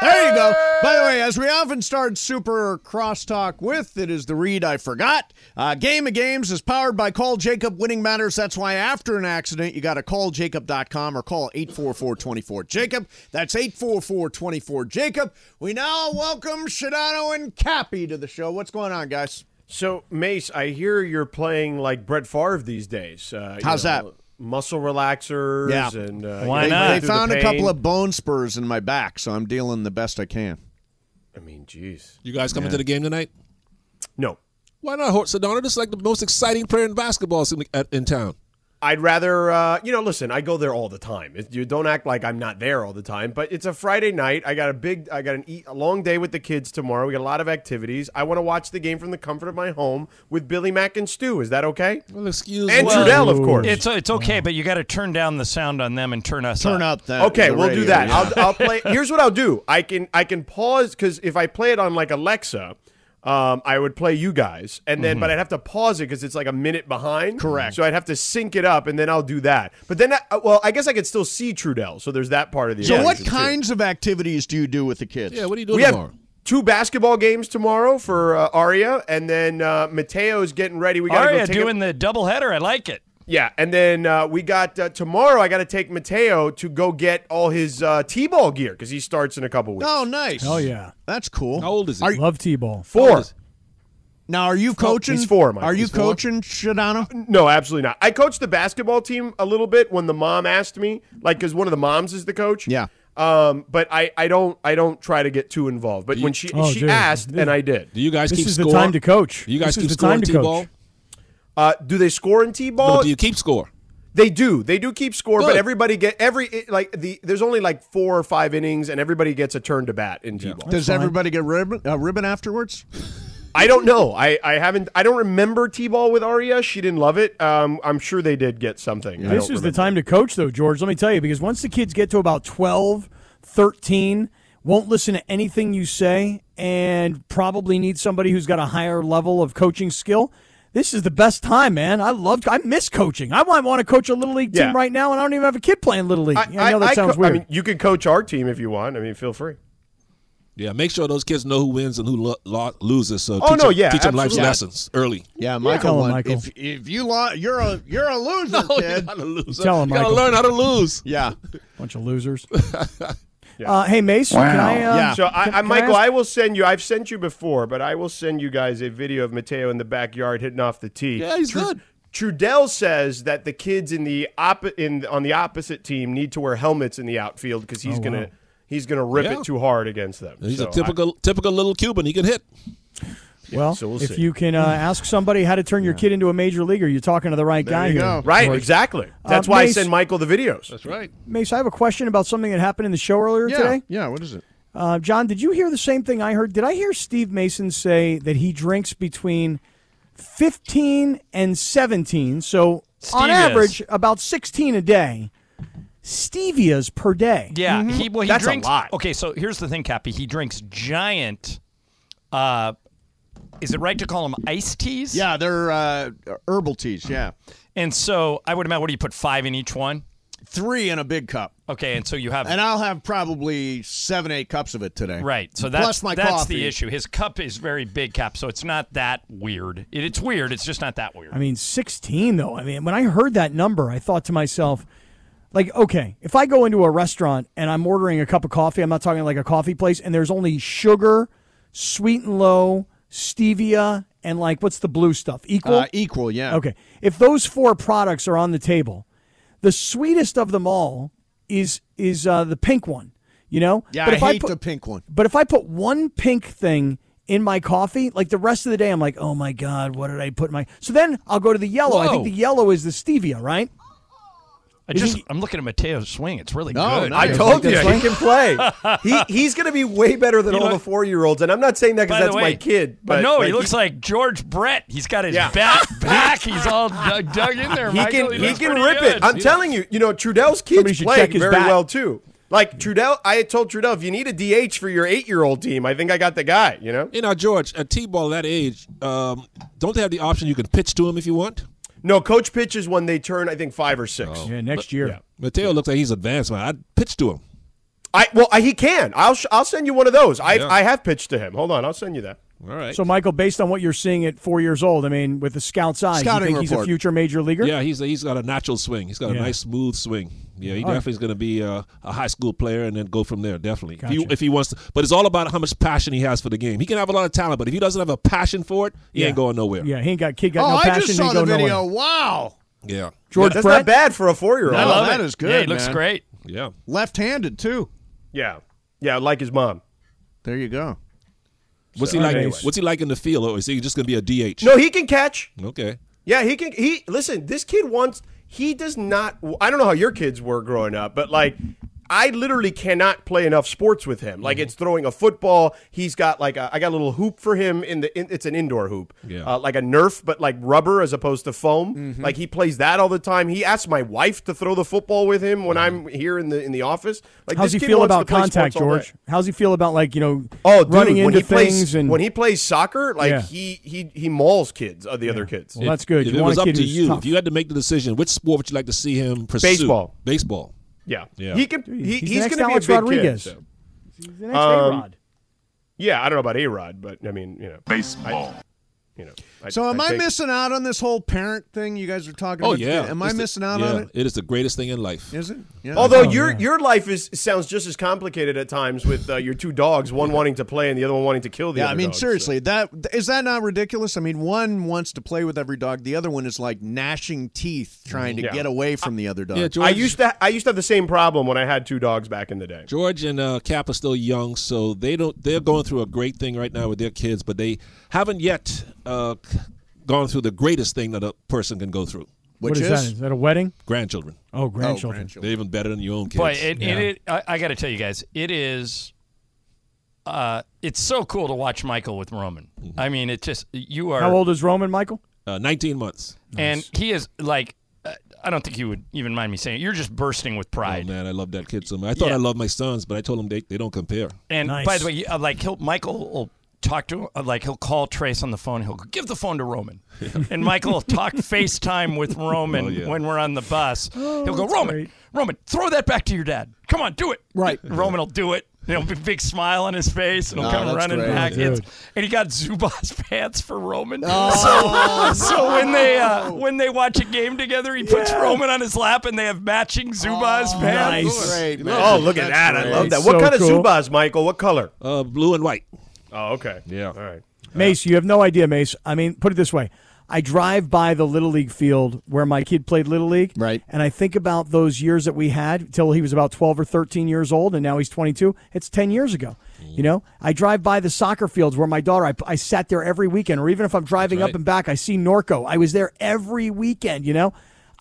Speaker 1: There you go. By the way, as we often start Super Crosstalk with, it is the read I forgot. Uh, Game of Games is powered by Call Jacob Winning Matters. That's why after an accident, you got to call jacob.com or call 844-24-JACOB. That's 844-24-JACOB. We now welcome Shadano and Cappy to the [laughs] show. What's going on, guys?
Speaker 12: So, Mace, I hear you're playing like Brett Favre these days. Uh, you
Speaker 1: How's
Speaker 12: know, Muscle relaxers
Speaker 1: Yeah.
Speaker 12: and uh,
Speaker 1: They-
Speaker 12: you know, through
Speaker 1: They,
Speaker 12: the
Speaker 1: found a
Speaker 12: pain.
Speaker 1: couple of bone spurs in my back, so I'm dealing the best I can.
Speaker 12: I mean, jeez.
Speaker 3: You guys coming
Speaker 1: Yeah.
Speaker 3: to the game tonight?
Speaker 12: No.
Speaker 3: Why not, Hort Sedona? This is like the most exciting player in basketball in, at- in town.
Speaker 12: I'd rather, uh, you know, listen, I go there all the time. It, you don't act like I'm not there all the time, but it's a Friday night. I got a big, I got an eat, a long day with the kids tomorrow. We got a lot of activities. I want to watch the game from the comfort of my home with Billy Mack and Stu. Is that okay?
Speaker 3: Well, excuse
Speaker 12: And Trudell, of course.
Speaker 4: It's it's okay, but you got to turn down the sound on them and turn us
Speaker 1: Turn
Speaker 4: up.
Speaker 1: up that-
Speaker 12: okay, we'll do that. I'll, I'll
Speaker 4: [laughs]
Speaker 12: play.
Speaker 4: Here's
Speaker 12: Here's what I'll do. I can I can pause because if I play it on like Alexa, um, I would play you guys, and then but I'd have to pause it because it's like a minute behind. Correct. So I'd have to sync it up, and then I'll do that. But then, I, well, I guess I could still see Trudell. So there's that part of the.
Speaker 1: So, what
Speaker 12: equation, too.
Speaker 1: kinds of activities do you do with the kids? Yeah,
Speaker 3: what do you
Speaker 12: we have two basketball games tomorrow for uh, Aria, and then uh, Mateo's getting ready. We got
Speaker 4: Aria
Speaker 12: go take a-
Speaker 4: doing the doubleheader. I like it.
Speaker 12: yeah, and then uh, we got uh, tomorrow. I got to take Mateo to go get all his uh, t-ball gear because he starts in a couple weeks.
Speaker 1: Oh, nice.
Speaker 13: Hell yeah.
Speaker 1: That's cool.
Speaker 3: How old is
Speaker 13: he? Love T-ball.
Speaker 12: Four.
Speaker 1: Now, are you coaching?
Speaker 12: He's four. Michael.
Speaker 1: Are you
Speaker 12: He's four. Uh,
Speaker 1: coaching Shadano?
Speaker 12: No, absolutely not. I coached the basketball team a little bit when the mom asked me, like, because one of the moms is the coach.
Speaker 1: Yeah.
Speaker 12: Um, but I, I don't, I don't try to get too involved. But
Speaker 3: Do you-
Speaker 12: when she,
Speaker 3: Oh,
Speaker 12: she
Speaker 3: dude.
Speaker 12: asked, and I did.
Speaker 3: Do you guys keep score? Do you guys keep score in T-ball?
Speaker 12: Uh, do they score in t-ball?
Speaker 3: No, do you keep score?
Speaker 12: They do. They do keep score, but
Speaker 3: Good.
Speaker 12: everybody get every it- like the. There's only like four or five innings, and everybody gets a turn to bat in t-ball.
Speaker 1: Does everybody get ribbon, uh, ribbon afterwards?
Speaker 12: I don't know. I, I haven't. I don't remember t-ball with Aria. She didn't love it. Um, I'm sure they did get something. I
Speaker 13: This
Speaker 12: don't
Speaker 13: is the time to coach, though, George. Let me tell you, because once the kids get to about 12, 13, won't listen to anything you say, and probably need somebody who's got a higher level of coaching skill. This is the best time, man. I love. I miss coaching. I might want to coach a little league team
Speaker 12: Yeah.
Speaker 13: right now, and I don't even have a kid playing little league. I, know that sounds
Speaker 12: co-
Speaker 13: weird.
Speaker 12: I mean, you can coach our team if you want. I mean, feel free.
Speaker 3: Yeah, make sure those kids know who wins and who lo- lo- loses. So
Speaker 12: Oh,
Speaker 3: teach
Speaker 12: no,
Speaker 3: them,
Speaker 12: yeah,
Speaker 3: teach them life's
Speaker 12: absolutely.
Speaker 3: lessons early.
Speaker 1: Yeah,
Speaker 3: Tell
Speaker 1: Michael.
Speaker 3: 'em,
Speaker 1: won.
Speaker 3: Michael.
Speaker 1: If if you lo- you're a you're a loser, kid.
Speaker 3: Gotta lose.
Speaker 13: Tell 'em,
Speaker 3: You gotta
Speaker 13: Michael.
Speaker 3: learn how to lose.
Speaker 1: [laughs] Yeah.
Speaker 13: Bunch of losers. Uh, hey, Mace, can I? Uh,
Speaker 12: yeah. So, I,
Speaker 13: can-
Speaker 12: I,
Speaker 13: can
Speaker 12: Michael,
Speaker 13: ask-
Speaker 12: I, will send you. I've sent you before, but I will send you guys a video of Mateo in the backyard hitting off the tee.
Speaker 3: Yeah, he's good.
Speaker 12: Trudell says that the kids in the op- in on the opposite team need to wear helmets in the outfield because he's
Speaker 3: Oh,
Speaker 12: gonna
Speaker 3: wow.
Speaker 12: he's gonna rip
Speaker 3: Yeah.
Speaker 12: it too hard against them.
Speaker 3: He's
Speaker 12: So
Speaker 3: a
Speaker 12: I-
Speaker 3: typical typical little Cuban. He can hit.
Speaker 13: well,
Speaker 12: so we'll
Speaker 13: if
Speaker 12: see. Hmm.
Speaker 13: you can uh, ask somebody how to turn your kid into a major leaguer, you're talking to the right guy here.
Speaker 12: Right,
Speaker 13: George.
Speaker 12: exactly.
Speaker 13: Uh,
Speaker 12: That's why
Speaker 13: Mace-
Speaker 12: I send Michael the videos. That's
Speaker 3: right.
Speaker 13: Mace, I have a question about something that happened in the show earlier
Speaker 1: Yeah,
Speaker 13: today.
Speaker 1: yeah. What is it?
Speaker 13: Uh, John, did you hear the same thing I heard? Did I hear Steve Mason say that he drinks between 15 and 17? So on
Speaker 4: Steve is.
Speaker 13: average, about 16 a day. Stevia's per day.
Speaker 4: Yeah,
Speaker 1: Mm-hmm.
Speaker 4: he well he drinks. Okay, so here's the thing, Cappy. He drinks giant. Uh, is it right to call them iced teas?
Speaker 1: Yeah, they're uh, herbal teas. Yeah.
Speaker 4: And so I would imagine, what do you put five in each one?
Speaker 1: Three in a big cup.
Speaker 4: Okay, and so you have.
Speaker 1: And I'll have probably seven, eight cups of it today.
Speaker 4: Right, so that's
Speaker 1: plus my
Speaker 4: that's
Speaker 1: coffee.
Speaker 4: the issue. His cup is very big cap, so it's not that weird. It, it's weird. It's just not that weird.
Speaker 13: I mean, 16, though. I mean, when I heard that number, I thought to myself, like, okay, if I go into a restaurant and I'm ordering a cup of coffee, I'm not talking like a coffee place, and there's only sugar, sweet and low, stevia, and like, what's the blue stuff? Equal?
Speaker 1: Uh, equal, yeah.
Speaker 13: Okay. If those four products are on the table, the sweetest of them all is is uh, the pink one, you know?
Speaker 1: Yeah,
Speaker 13: But
Speaker 1: I
Speaker 13: if
Speaker 1: hate
Speaker 13: put-
Speaker 1: the pink one.
Speaker 13: but if I put one pink thing in my coffee, like the rest of the day, I'm like, oh my God, what did I put in my. So then I'll go to the yellow. I think
Speaker 4: Whoa.
Speaker 13: the yellow is the stevia, right?
Speaker 4: I
Speaker 13: Isn't
Speaker 4: just
Speaker 13: he-
Speaker 4: I'm looking at Mateo's swing. It's really
Speaker 13: No,
Speaker 12: Oh,
Speaker 4: good.
Speaker 13: no, I it's told like you,
Speaker 12: he can [laughs] play. He, he's going to be way better than
Speaker 4: You
Speaker 12: all
Speaker 4: know-
Speaker 12: the four year olds. And I'm not saying that because
Speaker 4: By
Speaker 12: that's
Speaker 4: the way,
Speaker 12: my kid. But,
Speaker 4: no,
Speaker 12: but
Speaker 4: he looks like George Brett. He's got
Speaker 12: [laughs]
Speaker 4: his back back. He's all dug, dug in there.
Speaker 12: He
Speaker 4: Michael.
Speaker 12: can he,
Speaker 4: looks
Speaker 12: can
Speaker 4: pretty
Speaker 12: rip
Speaker 4: good.
Speaker 12: it. I'm telling you. You know Trudell's
Speaker 13: Somebody
Speaker 12: kids
Speaker 13: should
Speaker 12: play
Speaker 13: check his
Speaker 12: very
Speaker 13: bat.
Speaker 12: well too. Like Trudell, I had told Trudell if you need a DH for your eight year old team, I think I got the guy. You know.
Speaker 3: You know, George, a T-ball at that age, um, don't they have the option you can pitch to him if you want?
Speaker 12: No, coach pitches when they turn. I think five or six.
Speaker 13: Oh. Yeah, next year.
Speaker 3: Mateo looks like he's advanced, man. I'd pitch to him.
Speaker 12: I well, I, he can. I'll sh- I'll send you one of those. I
Speaker 3: Yeah.
Speaker 12: I have pitched to him. Hold on, I'll send you that.
Speaker 3: All right.
Speaker 13: So, Michael, based on what you're seeing at four years old, I mean, with the scout's eyes, you
Speaker 3: Scouting
Speaker 13: think he's a
Speaker 3: report.
Speaker 13: future major leaguer?
Speaker 3: Yeah, he's he's got a natural swing. He's got
Speaker 13: Yeah.
Speaker 3: a
Speaker 13: Oh,
Speaker 3: nice smooth swing. Yeah, he
Speaker 13: All right.
Speaker 3: definitely is going to be a, a high school player and then go from there. Definitely, if,
Speaker 13: Gotcha.
Speaker 3: he, if he wants to. But it's all about how much passion he has for the game. He can have a lot of talent, but if he doesn't have a passion for it, he ain't going nowhere.
Speaker 13: Yeah, he ain't got
Speaker 12: Oh,
Speaker 13: kid got
Speaker 1: Oh,
Speaker 13: no passion. he go nowhere.
Speaker 1: Wow.
Speaker 3: Yeah,
Speaker 13: George
Speaker 12: that's
Speaker 13: Brett?
Speaker 12: not bad for a four year old.
Speaker 1: No, that is good. man.
Speaker 3: Yeah,
Speaker 1: Left-handed too.
Speaker 12: yeah, yeah. Like his mom.
Speaker 1: There you go.
Speaker 3: What's
Speaker 12: So-
Speaker 3: he like?
Speaker 12: Anyway.
Speaker 3: What's he like in the field? Or is he just going to be a DH?
Speaker 12: No, he can catch.
Speaker 3: Okay.
Speaker 12: Yeah, he can. He listen. This kid wants. He does not. I don't know how your kids were growing up, but like. I literally cannot play enough sports with him. Like
Speaker 3: Mm-hmm.
Speaker 12: it's throwing a football. He's got like a, I got a little hoop for him in the. In, it's an indoor hoop,
Speaker 3: Yeah. Mm-hmm.
Speaker 12: uh, like a Nerf, but like rubber as opposed to foam. Like he plays that all the time. He asks my wife to throw the football with him when I'm here in the in the office. Like
Speaker 13: How's
Speaker 12: this
Speaker 13: he
Speaker 12: kid
Speaker 13: feel
Speaker 12: wants
Speaker 13: about
Speaker 12: to play
Speaker 13: contact,
Speaker 12: sports all day.
Speaker 13: George? How's he feel about, like, you know,
Speaker 12: Oh, dude,
Speaker 13: running
Speaker 12: when
Speaker 13: into
Speaker 12: he plays
Speaker 13: things? and
Speaker 12: when he plays soccer, like
Speaker 13: Yeah.
Speaker 12: he he he mauls kids, uh, the other kids.
Speaker 13: Well, that's good.
Speaker 3: If
Speaker 13: You
Speaker 3: it
Speaker 13: want
Speaker 3: was
Speaker 13: a
Speaker 3: up
Speaker 13: kid
Speaker 3: to
Speaker 13: who's
Speaker 3: you,
Speaker 13: tough.
Speaker 3: if you had to make the decision, which sport would you like to see him pursue?
Speaker 12: Baseball.
Speaker 3: Baseball.
Speaker 12: Yeah,
Speaker 3: Yeah.
Speaker 12: he can. He,
Speaker 13: he's the
Speaker 12: he's
Speaker 13: next
Speaker 12: going to be a
Speaker 13: Alex
Speaker 12: big
Speaker 13: Rodriguez.
Speaker 12: Kid, so.
Speaker 13: the next
Speaker 12: Um,
Speaker 13: A-Rod.
Speaker 12: Yeah, I don't know about A Rod, but I mean, you know, baseball. you know.
Speaker 1: So am I,
Speaker 12: think-
Speaker 1: missing out on this whole parent thing you guys are talking
Speaker 3: Oh
Speaker 1: about?
Speaker 3: yeah.
Speaker 1: Am I
Speaker 3: It's the-
Speaker 1: missing out
Speaker 3: yeah,
Speaker 1: on it?
Speaker 3: It is the greatest thing in life. Oh,
Speaker 1: Is it? Yeah.
Speaker 12: Although your your life is sounds just as complicated at times with uh, your two dogs, one wanting to play and the other one wanting to kill the
Speaker 1: Yeah,
Speaker 12: other.
Speaker 1: I mean
Speaker 12: dog, so-
Speaker 1: seriously, that is that not ridiculous? I mean, one wants to play with every dog, the other one is like gnashing teeth trying to
Speaker 12: Yeah.
Speaker 1: get away from the other dog.
Speaker 12: I used to I used to have the same problem when I had two dogs back in the day.
Speaker 3: George and uh, Cap are still young, so they don't. They're going through a great thing right now with their kids, but they haven't yet uh, gone through the greatest thing that a person can go through.
Speaker 13: What is that? Is that a wedding?
Speaker 3: Grandchildren.
Speaker 13: Oh, grandchildren. grandchildren.
Speaker 3: They're even better than your own kids.
Speaker 4: But it, it, it, I, I got to tell you guys, it is. Uh, it's so cool to watch Michael with Roman.
Speaker 3: Mm-hmm.
Speaker 4: I mean, it just you are.
Speaker 13: How old is Roman, Michael?
Speaker 3: uh, 19 months.
Speaker 4: And he is like, uh, I don't think you would even mind me saying it. You're just bursting with pride.
Speaker 3: Oh, man, I love that kid so much. I thought
Speaker 4: Yeah.
Speaker 3: I loved my sons, but I told them they, they don't compare.
Speaker 4: And
Speaker 3: Nice.
Speaker 4: by the way, you- uh, like he'll Michael will talk to uh, like he'll call Trace on the phone. He'll go, give the phone to Roman, and Michael will talk FaceTime with Roman
Speaker 3: Oh, yeah.
Speaker 4: when we're on the bus.
Speaker 13: Oh,
Speaker 4: he'll go
Speaker 13: that's
Speaker 4: Roman,
Speaker 13: great.
Speaker 4: [laughs] Roman, throw that back to your dad. Come on, do it. Right. Roman will do it. You know, big, big smile on his face, and he'll
Speaker 2: No,
Speaker 4: come
Speaker 2: that's
Speaker 4: running
Speaker 2: great.
Speaker 4: back.
Speaker 2: Dude.
Speaker 4: It's- and he got Zubas [laughs] pants for Roman.
Speaker 2: Oh,
Speaker 4: [laughs] so, so when they uh,
Speaker 2: no.
Speaker 4: when they watch a game together, he puts Roman on his lap, and they have matching Zubas pants.
Speaker 12: Nice. oh, look at that. I love that. What kind of Zubas, Michael? What color?
Speaker 3: Uh, blue and white.
Speaker 12: Oh, okay.
Speaker 3: Yeah.
Speaker 12: All right.
Speaker 13: Mace, you have no idea, Mace. I mean, put it this way. I drive by the Little League field where my kid played Little League. Right. And I think about those years that we had till he was about 12 or 13 years old, and now he's 22. It's 10 years ago. You know, I drive by the soccer fields where my daughter, I, I sat there every weekend, or even if I'm driving
Speaker 3: That's
Speaker 13: up
Speaker 3: right.
Speaker 13: and back, I see Norco. I was there every weekend, you know?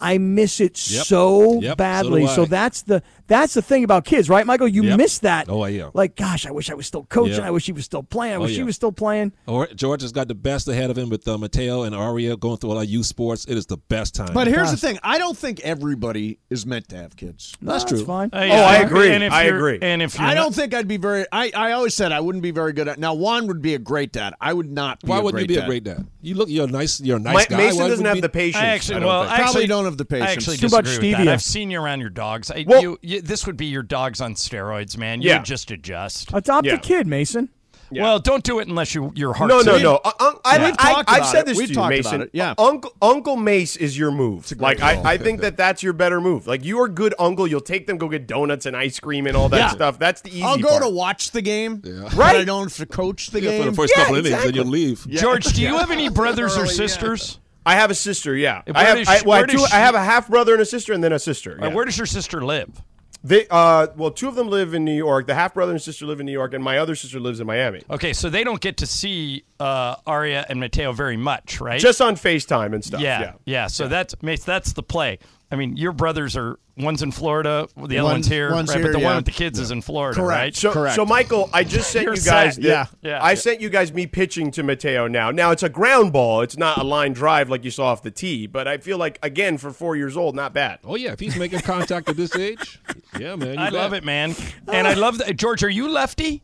Speaker 13: I miss it
Speaker 3: Yep.
Speaker 13: so
Speaker 3: Yep, so do
Speaker 13: badly.
Speaker 3: I.
Speaker 13: so that's the that's the thing about kids, right, Michael? You
Speaker 3: Yep.
Speaker 13: miss that.
Speaker 3: Oh, yeah.
Speaker 13: Like, gosh, I wish I was still coaching.
Speaker 3: Yep.
Speaker 13: I wish he was still playing. I
Speaker 3: Oh,
Speaker 13: wish she
Speaker 3: yeah.
Speaker 13: was still playing.
Speaker 3: Or George has got the best ahead of him with uh, Mateo and Aria going through all our youth sports. It is the best time.
Speaker 1: But here's the thing: I don't think everybody is meant to have kids.
Speaker 3: No, That's that's true. fine.
Speaker 1: Oh,
Speaker 3: Uh, yeah. I agree. And if I you're- agree.
Speaker 4: And if
Speaker 1: I
Speaker 3: you're
Speaker 1: don't
Speaker 3: not-
Speaker 1: think I'd be very, I, I always said I wouldn't be very good at. Now Juan would be a great dad. I would not. Be
Speaker 3: Why
Speaker 1: a
Speaker 3: wouldn't
Speaker 1: great
Speaker 3: you be
Speaker 1: dad.
Speaker 3: a great dad? You look, you're a nice. You're a nice
Speaker 1: Ma-
Speaker 3: guy.
Speaker 1: Mason
Speaker 3: Why
Speaker 1: doesn't
Speaker 3: wouldn't
Speaker 1: have
Speaker 3: you
Speaker 1: the patience.
Speaker 4: I actually,
Speaker 3: I don't
Speaker 4: well,
Speaker 3: think.
Speaker 4: I
Speaker 1: Probably
Speaker 4: actually-
Speaker 1: don't have the patience.
Speaker 4: I actually
Speaker 1: Too much
Speaker 4: disagree with that.
Speaker 1: stevia.
Speaker 4: I've seen you around your dogs. I,
Speaker 13: Well-
Speaker 4: you, you, this would be your dogs on steroids, man. You
Speaker 13: Yeah.
Speaker 4: would just
Speaker 12: Uh,
Speaker 4: adjust.
Speaker 13: Adopt a kid, Mason.
Speaker 4: Well, don't do it unless you your heart.
Speaker 12: No, no, no. Uh, un- I,
Speaker 4: We've
Speaker 12: I,
Speaker 4: talked
Speaker 12: have
Speaker 4: about
Speaker 12: said
Speaker 4: it.
Speaker 12: this
Speaker 4: We've
Speaker 12: to you,
Speaker 4: talked
Speaker 12: Mason.
Speaker 4: about it, yeah.
Speaker 12: Uncle Uh, Uncle Mace is your move. Like
Speaker 4: call.
Speaker 12: I, I think that that's your better move. Like you are a good uncle. You'll take them, go get donuts and ice cream and all that
Speaker 1: Yeah.
Speaker 12: stuff. That's the easy.
Speaker 1: I'll go
Speaker 12: part.
Speaker 1: to watch the game. Yeah.
Speaker 12: Right.
Speaker 1: I don't have to coach the game
Speaker 3: leave.
Speaker 4: George,
Speaker 1: [laughs]
Speaker 4: do you have any brothers or sisters?
Speaker 12: I have a sister. Yeah,
Speaker 4: Where
Speaker 12: I have.
Speaker 4: does
Speaker 12: I,
Speaker 4: she-
Speaker 12: well, I
Speaker 4: where
Speaker 12: do-
Speaker 4: does
Speaker 12: I have
Speaker 4: she-
Speaker 12: a half brother and a sister, and then a sister.
Speaker 4: Uh,
Speaker 12: yeah.
Speaker 4: Where does your sister live?
Speaker 12: They uh, well, two of them live in New York. The half brother and sister live in New York, and my other sister lives in Miami.
Speaker 4: Okay, so they don't get to see uh, Aria and Mateo very much, right?
Speaker 12: Just on Facetime and stuff.
Speaker 4: yeah,
Speaker 12: Yeah.
Speaker 4: yeah, So that's Mace. That's the play. I mean, your brothers are one's in Florida, the other
Speaker 12: One-
Speaker 4: one's here,
Speaker 12: one's
Speaker 4: right?
Speaker 12: here,
Speaker 4: but the
Speaker 12: yeah.
Speaker 4: one with the kids is in Florida, right?
Speaker 12: So, so Michael, I just sent
Speaker 4: You're
Speaker 12: you guys.
Speaker 4: set.
Speaker 12: the-
Speaker 4: Yeah. Yeah.
Speaker 12: I sent you guys me pitching to Mateo now. Now it's a ground ball. It's not a line drive like you saw off the tee. But I feel like again for four years old, not bad.
Speaker 3: Oh yeah, if he's making contact at this age, yeah, man.
Speaker 4: I love it, man. And I love that. George, are you lefty?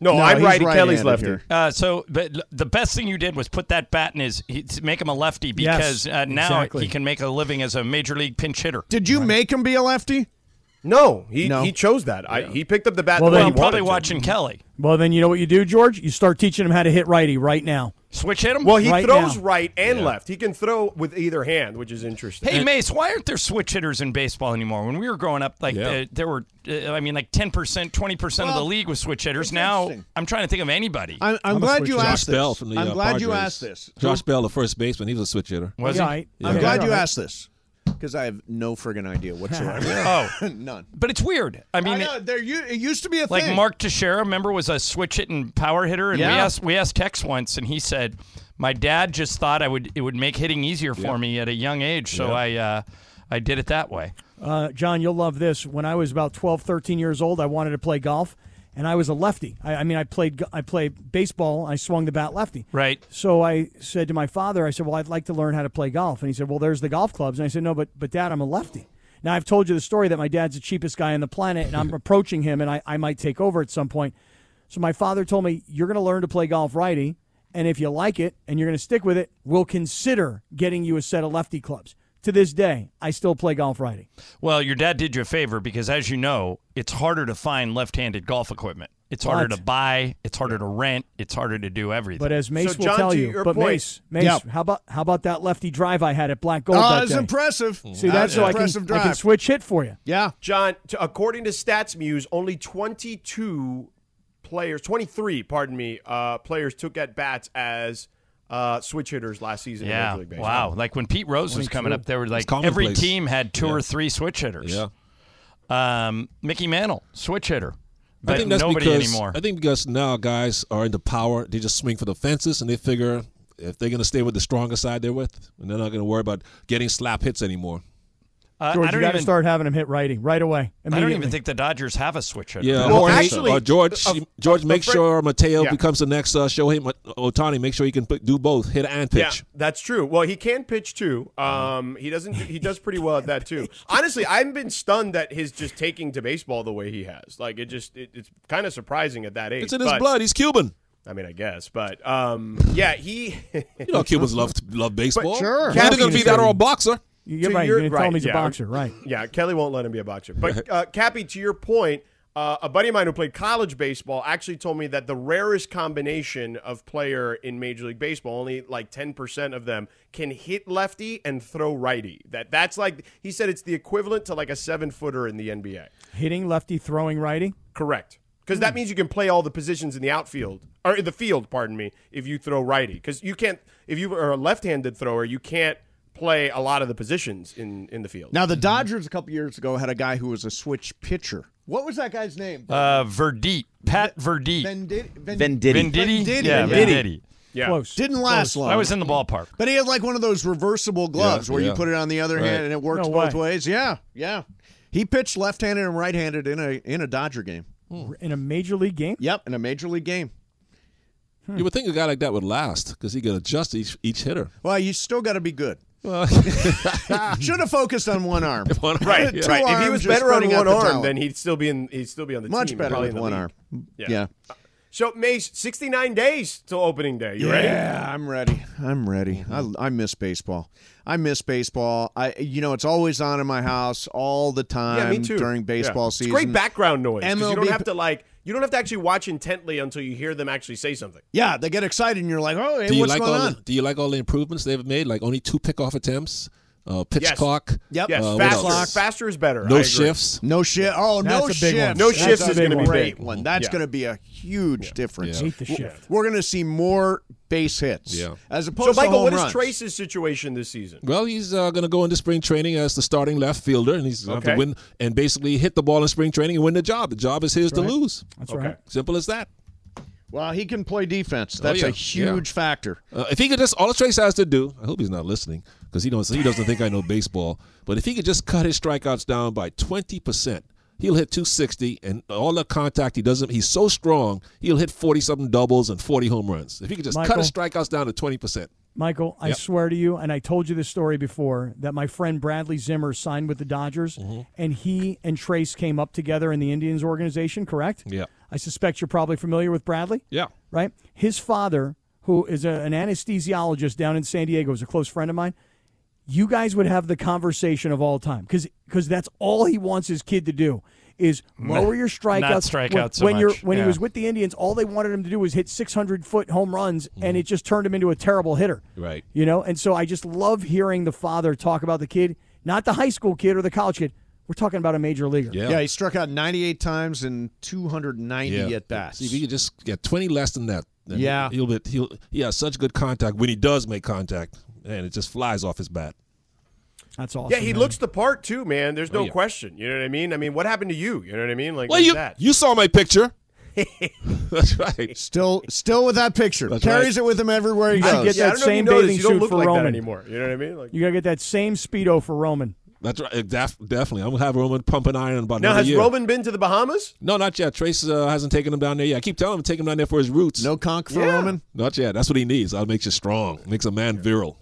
Speaker 12: No, No, I'm he's righty. Kelly's right-handed lefty. here.
Speaker 4: Uh, so, but l- the best thing you did was put that bat in his, he- to make him a lefty because uh, now
Speaker 1: exactly.
Speaker 4: he can make a living as a major league pinch hitter.
Speaker 1: [laughs] Did you make him be a lefty?
Speaker 12: No, he he chose that. I, he picked up the bat.
Speaker 13: Well,
Speaker 12: the way he
Speaker 13: then you probably
Speaker 12: wanted to.
Speaker 4: Watching Kelly
Speaker 13: Well, then you know what you do, George? You start teaching him how to hit righty right now.
Speaker 4: switch hit him.
Speaker 12: Well, he
Speaker 13: Right
Speaker 12: throws
Speaker 13: now.
Speaker 12: right and left. He can throw with either hand, which is interesting.
Speaker 4: Hey Mace, why aren't there switch hitters in baseball anymore? When we were growing up, like
Speaker 12: Yeah.
Speaker 4: uh, there were, uh, I mean, like ten percent, twenty percent of the league was switch hitters. Now I'm trying to think of anybody. Um,
Speaker 1: I'm, I'm glad you asked
Speaker 3: Josh Bell
Speaker 1: this.
Speaker 3: from the
Speaker 1: I'm
Speaker 3: uh,
Speaker 1: glad you
Speaker 3: Padres.
Speaker 1: asked this.
Speaker 3: Josh Bell, the first baseman, he was a switch hitter.
Speaker 4: Was
Speaker 1: Yeah.
Speaker 4: he?
Speaker 1: I'm
Speaker 4: Yeah.
Speaker 1: glad
Speaker 4: Yeah.
Speaker 1: you asked this because I have no friggin' idea whatsoever.
Speaker 4: Oh.
Speaker 1: [laughs] none.
Speaker 4: But it's weird. I mean,
Speaker 1: know, there u- it used to be a
Speaker 4: like
Speaker 1: thing.
Speaker 4: Mark Teixeira, remember, was a switch hit and power hitter, and we
Speaker 1: Yeah.
Speaker 4: asked we asked Tex once, and he said, "My dad just thought I would it would make hitting easier for
Speaker 13: Yeah.
Speaker 4: me at a young age, so
Speaker 13: Yeah.
Speaker 4: I uh, I did it that way."
Speaker 13: Uh, John, you'll love this. When I was about 12, 13 years old, I wanted to play golf, and I was a lefty. I, I mean, I played go- I played baseball. I swung the bat lefty.
Speaker 4: Right.
Speaker 13: So I said to my father, I said, "Well, I'd like to learn how to play golf." And he said, "Well, there's the golf clubs." And I said, "No, but but Dad, I'm a lefty." Now I've told you the story that my dad's the cheapest guy on the planet, and
Speaker 12: [laughs]
Speaker 13: I'm approaching him, and I, I might take over at some point. So my father told me, "You're going to learn to play golf righty, and if you like it and you're going to stick with it, we'll consider getting you a set of lefty clubs." To this day, I still play golf righty.
Speaker 4: Well, your dad did you a favor because, as you know, it's harder to find left-handed golf equipment. It's harder
Speaker 13: What?
Speaker 4: to buy. It's harder to rent. It's harder to do everything.
Speaker 13: But as Mace
Speaker 12: So,
Speaker 13: will
Speaker 12: John,
Speaker 13: tell
Speaker 12: to
Speaker 13: you,
Speaker 12: your
Speaker 13: but
Speaker 12: point-
Speaker 13: Mace, Mace,
Speaker 12: Yeah.
Speaker 13: how about how about that lefty drive I had at Black Gold?
Speaker 12: Oh,
Speaker 13: that
Speaker 12: it's
Speaker 13: day?
Speaker 12: impressive.
Speaker 13: See
Speaker 12: That
Speaker 13: that?
Speaker 12: is
Speaker 13: So I can,
Speaker 12: impressive
Speaker 13: I can
Speaker 12: drive.
Speaker 13: switch hit for you.
Speaker 1: Yeah.
Speaker 12: John, t- according to Stats Muse, only 22 players, 23, pardon me, uh, players took at bats as uh, switch hitters last season in
Speaker 4: yeah,
Speaker 12: Major League Baseball.
Speaker 4: wow. Like when Pete Rose was
Speaker 12: 22.
Speaker 4: coming up, there were
Speaker 12: It's
Speaker 4: like every
Speaker 12: commonplace.
Speaker 4: team had two or
Speaker 12: Yeah.
Speaker 4: three switch hitters.
Speaker 3: Yeah.
Speaker 4: Um, Mickey Mantle, switch hitter, but
Speaker 3: I think that's
Speaker 4: nobody
Speaker 3: because
Speaker 4: anymore.
Speaker 3: I think because now guys are into power, they just swing for the fences, and they figure if they're going to stay with the stronger side they're with, and they're not going to worry about getting slap hits anymore.
Speaker 4: Uh,
Speaker 13: George,
Speaker 4: I don't
Speaker 13: you got to
Speaker 4: even.
Speaker 13: start having him hit righty right away.
Speaker 4: I don't even
Speaker 13: immediately.
Speaker 4: think the Dodgers have a switch hitter.
Speaker 3: Yeah, Jorge- uh, George. George, make sure Mateo becomes the next. Uh, show him Otani. Make sure he can put, do both, hit and
Speaker 12: Yeah,
Speaker 3: pitch.
Speaker 12: that's true. Well, he can pitch too.
Speaker 3: Uh-huh.
Speaker 12: Um, he doesn't. He does pretty well at that
Speaker 3: [laughs]
Speaker 12: too. Honestly, I've been stunned that his just taking to baseball the way he has. Like it just, it, it's kind of surprising at that age.
Speaker 3: It's in his
Speaker 12: but-
Speaker 3: blood. He's Cuban.
Speaker 12: I mean, I guess, but um, yeah,
Speaker 3: [laughs]
Speaker 12: he. you
Speaker 3: know Cubans love- love baseball. Sure. He's
Speaker 12: Kelly-
Speaker 3: either gonna be that or a boxer.
Speaker 13: You're
Speaker 12: To
Speaker 13: right.
Speaker 12: your-
Speaker 13: You're gonna tell him he's a
Speaker 12: yeah.
Speaker 13: boxer, right?
Speaker 3: [laughs]
Speaker 12: Yeah, Kelly won't let him be a boxer. But uh, Cappy, to your point, Uh, a buddy of mine who played college baseball actually told me that the rarest combination of player in Major League Baseball, only like 10% of them can hit lefty and throw righty. That that's like he said it's the equivalent to like a seven footer in the NBA.
Speaker 13: Hitting lefty, throwing righty. Hmm.
Speaker 12: Correct. Because that means you can play all the positions in the outfield or in the field, pardon me, if you throw righty. Because you can't, if you are a left-handed thrower, you can't play a lot of the positions in in the field.
Speaker 1: Now the Dodgers a couple years ago had a guy who was a switch pitcher. What was that guy's name?
Speaker 4: Uh, Verdi, Pat Verdi,
Speaker 1: Venditti, Vend-
Speaker 4: Venditti,
Speaker 1: Venditti.
Speaker 4: yeah,
Speaker 1: Venditti.
Speaker 4: Venditti.
Speaker 1: Close. Didn't last long.
Speaker 4: I was in the ballpark.
Speaker 1: But he had like one of those reversible gloves
Speaker 4: Yeah,
Speaker 1: where you
Speaker 4: yeah.
Speaker 1: put it on the other
Speaker 4: Right.
Speaker 1: hand and it works
Speaker 4: No
Speaker 1: both
Speaker 4: way.
Speaker 1: ways. Yeah, yeah. He pitched left-handed and right-handed in a in a Dodger game.
Speaker 13: Hmm. In a major league game?
Speaker 1: Yep, in a major league game.
Speaker 3: Hmm. You would think a guy like that would last because he could adjust each each hitter.
Speaker 1: Well, you still got to be good. [laughs]
Speaker 3: Well,
Speaker 1: should have focused on one
Speaker 3: [laughs]
Speaker 1: arm.
Speaker 12: [laughs] Right,
Speaker 1: Two
Speaker 12: right. If he
Speaker 1: arms,
Speaker 12: was
Speaker 1: just
Speaker 12: better on
Speaker 1: putting
Speaker 12: one
Speaker 1: out the
Speaker 12: arm,
Speaker 1: talent.
Speaker 12: then he'd still be in. He'd still be on the
Speaker 1: much
Speaker 12: team.
Speaker 1: better
Speaker 12: probably in
Speaker 1: with
Speaker 12: the
Speaker 1: one
Speaker 12: league.
Speaker 1: arm.
Speaker 12: Yeah.
Speaker 1: yeah.
Speaker 12: So May, sixty nine days till opening day. You
Speaker 1: yeah,
Speaker 12: ready?
Speaker 1: I'm ready. I'm ready.
Speaker 12: Mm-hmm.
Speaker 1: I, I miss baseball. I miss baseball. I you know it's always on in my house all the time
Speaker 12: Yeah, me too.
Speaker 1: during
Speaker 12: Yeah.
Speaker 1: baseball season.
Speaker 12: It's great background noise. 'cause You don't
Speaker 1: MLB
Speaker 12: have to like. You don't have to actually watch intently until you hear them actually say something.
Speaker 1: Yeah, they get excited and you're like, "Oh, hey,
Speaker 3: do you
Speaker 1: what's
Speaker 3: like
Speaker 1: going
Speaker 3: all
Speaker 1: on?"
Speaker 3: The, do you like all the improvements they've made? Like only two pickoff attempts, uh, pitch
Speaker 12: Yes.
Speaker 3: clock.
Speaker 12: Yep.
Speaker 3: uh,
Speaker 12: Yes.
Speaker 3: what
Speaker 12: faster.
Speaker 3: else?
Speaker 12: Faster is better. I
Speaker 3: No
Speaker 12: agree.
Speaker 3: shifts.
Speaker 1: No shift. Oh, no
Speaker 12: That's a big one.
Speaker 1: shifts.
Speaker 12: No
Speaker 1: That's
Speaker 12: shifts
Speaker 1: a
Speaker 12: is gonna
Speaker 1: big
Speaker 12: be
Speaker 1: great
Speaker 12: big.
Speaker 1: one. That's
Speaker 12: Yeah.
Speaker 1: going to be a huge difference.
Speaker 12: Yeah. Hate the
Speaker 1: W-
Speaker 12: shift.
Speaker 1: We're going to see more base hits.
Speaker 3: Yeah.
Speaker 1: As
Speaker 12: So
Speaker 1: opposed to
Speaker 12: Michael,
Speaker 1: home
Speaker 12: what is
Speaker 1: runs.
Speaker 12: Trace's situation this season?
Speaker 3: Well, he's uh, going to go into spring training as the starting left fielder, and he's going to
Speaker 12: Okay.
Speaker 3: win and basically hit the ball in spring training and win the job. The job is his to
Speaker 1: right.
Speaker 3: lose.
Speaker 1: That's Okay. right.
Speaker 3: Simple as that.
Speaker 1: Well, he can play defense.
Speaker 3: Oh,
Speaker 1: That's
Speaker 3: yeah.
Speaker 1: a huge
Speaker 3: Yeah.
Speaker 1: factor.
Speaker 3: Uh, if he could just all Trace has to do, I hope he's not listening because he doesn't he doesn't think I know baseball. But if he could just cut his strikeouts down by twenty percent, he'll hit two sixty and all the contact he doesn't. He's so strong, he'll hit forty something doubles and forty home runs. If he could just cut his strikeouts down to twenty percent,
Speaker 13: Michael, I
Speaker 3: Yep.
Speaker 13: swear to you, and I told you this story before, that my friend Bradley Zimmer signed with the Dodgers,
Speaker 4: Mm-hmm.
Speaker 12: Mm-hmm.
Speaker 13: and he and Trace came up together in the Indians organization, correct?
Speaker 3: yeah,
Speaker 4: Mm-hmm.
Speaker 13: I suspect you're probably familiar with Bradley.
Speaker 3: yeah,
Speaker 13: right? His father, who is a, an anesthesiologist down in San Diego, is a close friend of mine. You guys would have the conversation of all time because that's all he wants his kid to do is lower your strikeouts.
Speaker 4: Not strike
Speaker 13: when,
Speaker 4: out so
Speaker 13: when you're
Speaker 4: much,
Speaker 13: when he
Speaker 4: yeah.
Speaker 13: was with the Indians, all they wanted him to do was hit 600 foot home runs, and it just turned him into a terrible hitter.
Speaker 3: right.
Speaker 13: You know, and so I just love hearing the father talk about the kid, not the high school kid or the college kid. We're talking about a major leaguer.
Speaker 1: Yeah. he struck out 98 times and 290 at bats.
Speaker 3: See, if he could just get twenty less than that, then
Speaker 1: Yeah.
Speaker 3: he'll be he'll he has such good contact when he does make contact, and it just flies off his bat.
Speaker 13: That's awesome.
Speaker 12: yeah, he looks the part too, man. There's no
Speaker 3: Oh, yeah.
Speaker 12: question. You know what I mean? I mean, what happened to you? You know what I mean? Like,
Speaker 3: Well,
Speaker 12: there's
Speaker 3: you [laughs]
Speaker 12: that. [laughs]
Speaker 3: you saw my picture. [laughs] That's right.
Speaker 1: Still, still with that picture. Carries it with him everywhere he
Speaker 13: You should
Speaker 1: goes.
Speaker 13: get
Speaker 12: Yeah, I
Speaker 13: that
Speaker 12: don't know if you
Speaker 13: same
Speaker 12: noticed,
Speaker 13: bathing
Speaker 12: you don't
Speaker 13: suit
Speaker 12: look
Speaker 13: for
Speaker 12: like that
Speaker 13: Roman
Speaker 12: anymore. You know what I mean? Like-
Speaker 13: you gotta get that same speedo for Roman.
Speaker 3: That's right. uh, Def- definitely. I'm gonna have Roman pumping iron in about
Speaker 12: Now,
Speaker 3: another
Speaker 12: has
Speaker 3: year.
Speaker 12: Roman been to the Bahamas?
Speaker 3: No, not yet. Trace uh, hasn't taken him down there yet. I keep telling him to take him down there for his roots.
Speaker 1: No conk for
Speaker 3: Yeah.
Speaker 1: Roman.
Speaker 3: Not yet. That's what he needs. That makes you strong. Makes a man virile.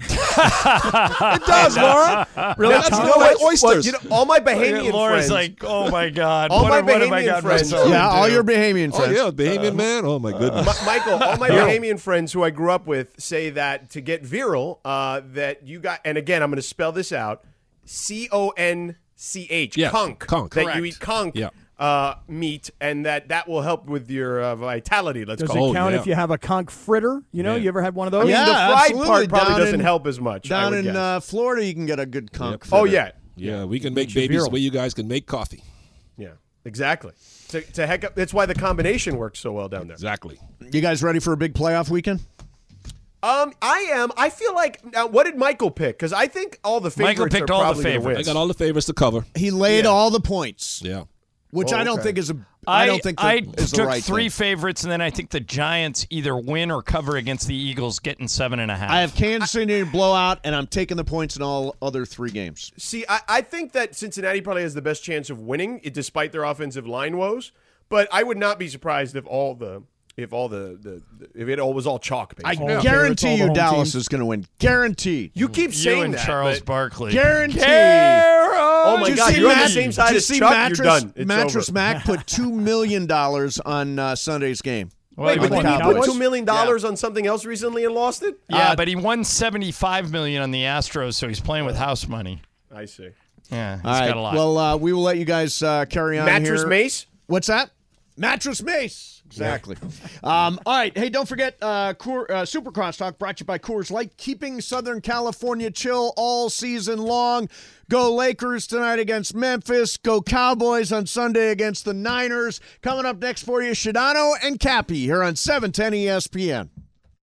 Speaker 4: it
Speaker 3: does, Laura.
Speaker 4: Really?
Speaker 3: That's
Speaker 4: Tom?
Speaker 3: no way oysters.
Speaker 12: Well, you know, uh, all my Bahamian
Speaker 4: Laura's
Speaker 12: friends.
Speaker 4: like,
Speaker 12: [laughs]
Speaker 4: oh my God.
Speaker 12: All
Speaker 4: what,
Speaker 12: my
Speaker 4: have- what have I
Speaker 12: Bahamian
Speaker 4: got
Speaker 12: friends.
Speaker 4: myself
Speaker 1: yeah, all
Speaker 4: into?
Speaker 1: your Bahamian
Speaker 3: Oh
Speaker 1: friends.
Speaker 3: yeah, Bahamian man. Oh my goodness.
Speaker 12: Mi- [laughs] Michael, all my
Speaker 3: [laughs] Yeah.
Speaker 12: Bahamian friends who I grew up with say that to get virile, uh, that you got, and again, I'm going to spell this out C O N C H,
Speaker 3: Yes,
Speaker 12: conch.
Speaker 3: conch.
Speaker 12: That
Speaker 3: Correct.
Speaker 12: you eat conch
Speaker 3: Yeah.
Speaker 12: uh, meat, and that that will help with your uh, vitality, let's
Speaker 13: Does
Speaker 12: call
Speaker 13: it
Speaker 3: Oh,
Speaker 13: count if you have a conch fritter? You know,
Speaker 12: Man.
Speaker 13: you ever had one of
Speaker 12: I
Speaker 13: those?
Speaker 12: mean, the fried part probably doesn't help as much. I
Speaker 1: Down
Speaker 12: would
Speaker 1: in
Speaker 12: guess.
Speaker 1: uh, Florida, you can get a good conk.
Speaker 12: Oh,
Speaker 1: for that.
Speaker 12: yeah.
Speaker 3: Yeah, we can make
Speaker 12: Makes you
Speaker 3: babies
Speaker 12: virile.
Speaker 3: where you guys can make coffee.
Speaker 12: Yeah, exactly. To, to heck up, that's why the combination works so well down there.
Speaker 3: Exactly.
Speaker 1: You guys ready for a big playoff weekend?
Speaker 12: Um, I am. I feel like now, what did Michael pick? Because I think all the favorites are probably gonna win.
Speaker 3: I got all the favorites to cover.
Speaker 1: He laid all the points,
Speaker 3: Yeah.
Speaker 1: which
Speaker 12: Oh,
Speaker 1: I don't
Speaker 12: okay.
Speaker 1: think is a. I
Speaker 4: I
Speaker 1: don't think that
Speaker 4: I
Speaker 1: is
Speaker 4: took
Speaker 1: the right
Speaker 4: three
Speaker 1: thing.
Speaker 4: favorites, and then I think the Giants either win or cover against the Eagles, getting seven and a half.
Speaker 1: I have Kansas City in a blowout, and I'm taking the points in all other three games.
Speaker 12: See, I, I think that Cincinnati probably has the best chance of winning, it, despite their offensive line woes. But I would not be surprised if all the if all the, the, the if it all was all chalk.
Speaker 1: I
Speaker 12: Basically.
Speaker 1: guarantee you, Dallas is going to win. Guaranteed.
Speaker 12: You keep
Speaker 4: You
Speaker 12: saying
Speaker 4: and
Speaker 12: that,
Speaker 4: Charles
Speaker 12: but-
Speaker 4: Barkley.
Speaker 1: Guaranteed.
Speaker 12: Oh my
Speaker 1: Did
Speaker 12: God!
Speaker 1: see
Speaker 12: You're on
Speaker 1: Matt-
Speaker 12: the same side
Speaker 1: did
Speaker 12: as
Speaker 1: see
Speaker 12: Chuck.
Speaker 1: Mattress,
Speaker 12: you're done. It's
Speaker 1: Mattress
Speaker 12: over.
Speaker 1: Mac put two million dollars on uh, Sunday's game.
Speaker 12: Wait,
Speaker 1: on
Speaker 12: but
Speaker 1: the
Speaker 12: didn't you
Speaker 1: Cowboys.
Speaker 12: put two million dollars on something else recently and lost it?
Speaker 1: uh,
Speaker 4: Yeah, but he won seventy-five million on the Astros, so he's playing with house money.
Speaker 12: I see.
Speaker 4: Yeah, he's
Speaker 1: All right.
Speaker 4: got a lot.
Speaker 1: Well, uh, we will let you guys uh, carry on
Speaker 12: Mattress
Speaker 1: here.
Speaker 12: Mace.
Speaker 1: What's that? Mattress Mace. Exactly. um, all right. Hey, don't forget uh, Coor, uh, Super Crosstalk brought to you by Coors Light, keeping Southern California chill all season long. Go Lakers tonight against Memphis. Go Cowboys on Sunday E against the Niners. Coming up next for you, Shadano and Cappy here on 710 ESPN.